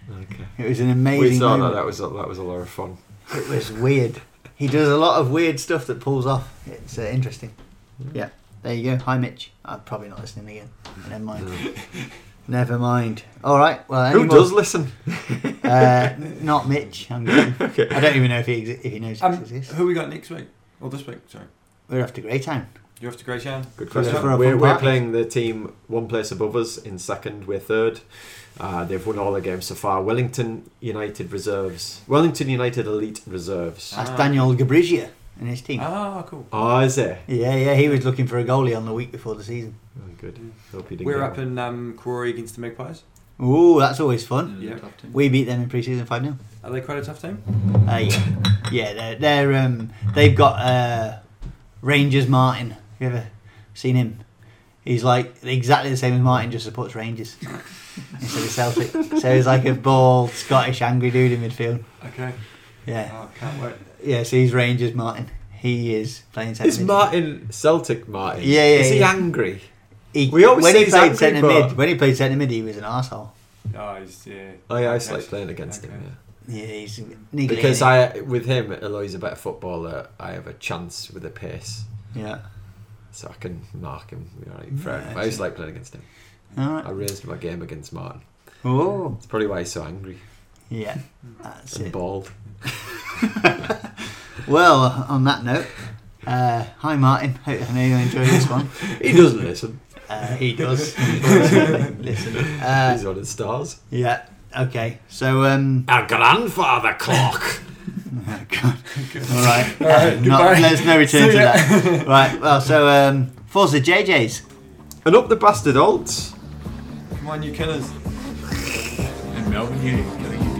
Okay.
It was an amazing.
We saw
moment.
that. That was a, that was a lot of fun.
It was weird. He does a lot of weird stuff that pulls off. It's uh, interesting.
Hmm.
Yeah, there you go. Hi, Mitch. I'm probably not listening again. Never mind. Never mind. All right. Well,
Who
any more-
does listen? *laughs*
Uh, n- not Mitch. I'm going. I don't even know if he exi- if he knows
Um,
it exists.
who we got next week or this week? Sorry,
We're off to Greytown.
you're off to Greytown.
Good
For-
question.
for a
we're
fun
we're
party.
playing the team one place above us in second. We're third. Uh, they've won all their games so far. Wellington United reserves. Wellington United elite reserves.
That's Daniel Gabrigia and his team.
Ah, cool.
Ah. Oh, is it?
Yeah, yeah. He was looking for a goalie on the week before the season.
Oh, good. Hope you didn't
We're
get
up
one.
in um, Quarry against the Magpies.
Ooh, that's always fun.
Yeah.
We beat them in pre-season five 0
Are they quite a tough team?
Uh, yeah, yeah. They're, they're um they've got uh Rangers Martin. Have you ever seen him? He's like exactly the same as Martin, just supports
*laughs*
Rangers instead of Celtic. so he's like a bald Scottish angry dude in midfield.
Okay.
Yeah.
Oh, can't wait.
Yeah, so he's Rangers Martin. He is playing centre
Is
mid.
Martin Celtic Martin?
Yeah, yeah.
Is he
yeah.
angry?
He,
We always
when
say
he
he's
played
angry,
centre
but-
mid. When he played centre mid, he was an arsehole.
Oh, he's, yeah.
Oh yeah, I used to like playing against him.
Yeah, he's
Yeah.
niggly,
Because
isn't he?
I, with him, although he's a better footballer, I have a chance with a pace.
Yeah.
So I can mark him. You know, like,
Mm,
throw him. I
actually.
used to like playing against him.
Alright.
I raised my game against Martin.
Oh.
It's probably why he's so angry.
Yeah, that's
and
it.
bald.
Well, on that note, uh, hi Martin. Hope I know you enjoy this one.
He doesn't listen.
*laughs* Uh, he does. unfortunately. *laughs* Listen. Uh,
he's on the stars.
Yeah. Okay. So um.
Our grandfather clock.
oh God. All right.
All right,
Uh, not,
goodbye.
there's no return *laughs*
See
to
ya.
that. right. Well. So um. Forza JJ's.
And up the bastard alts.
Come on, you killers.
And Melbourne Uni.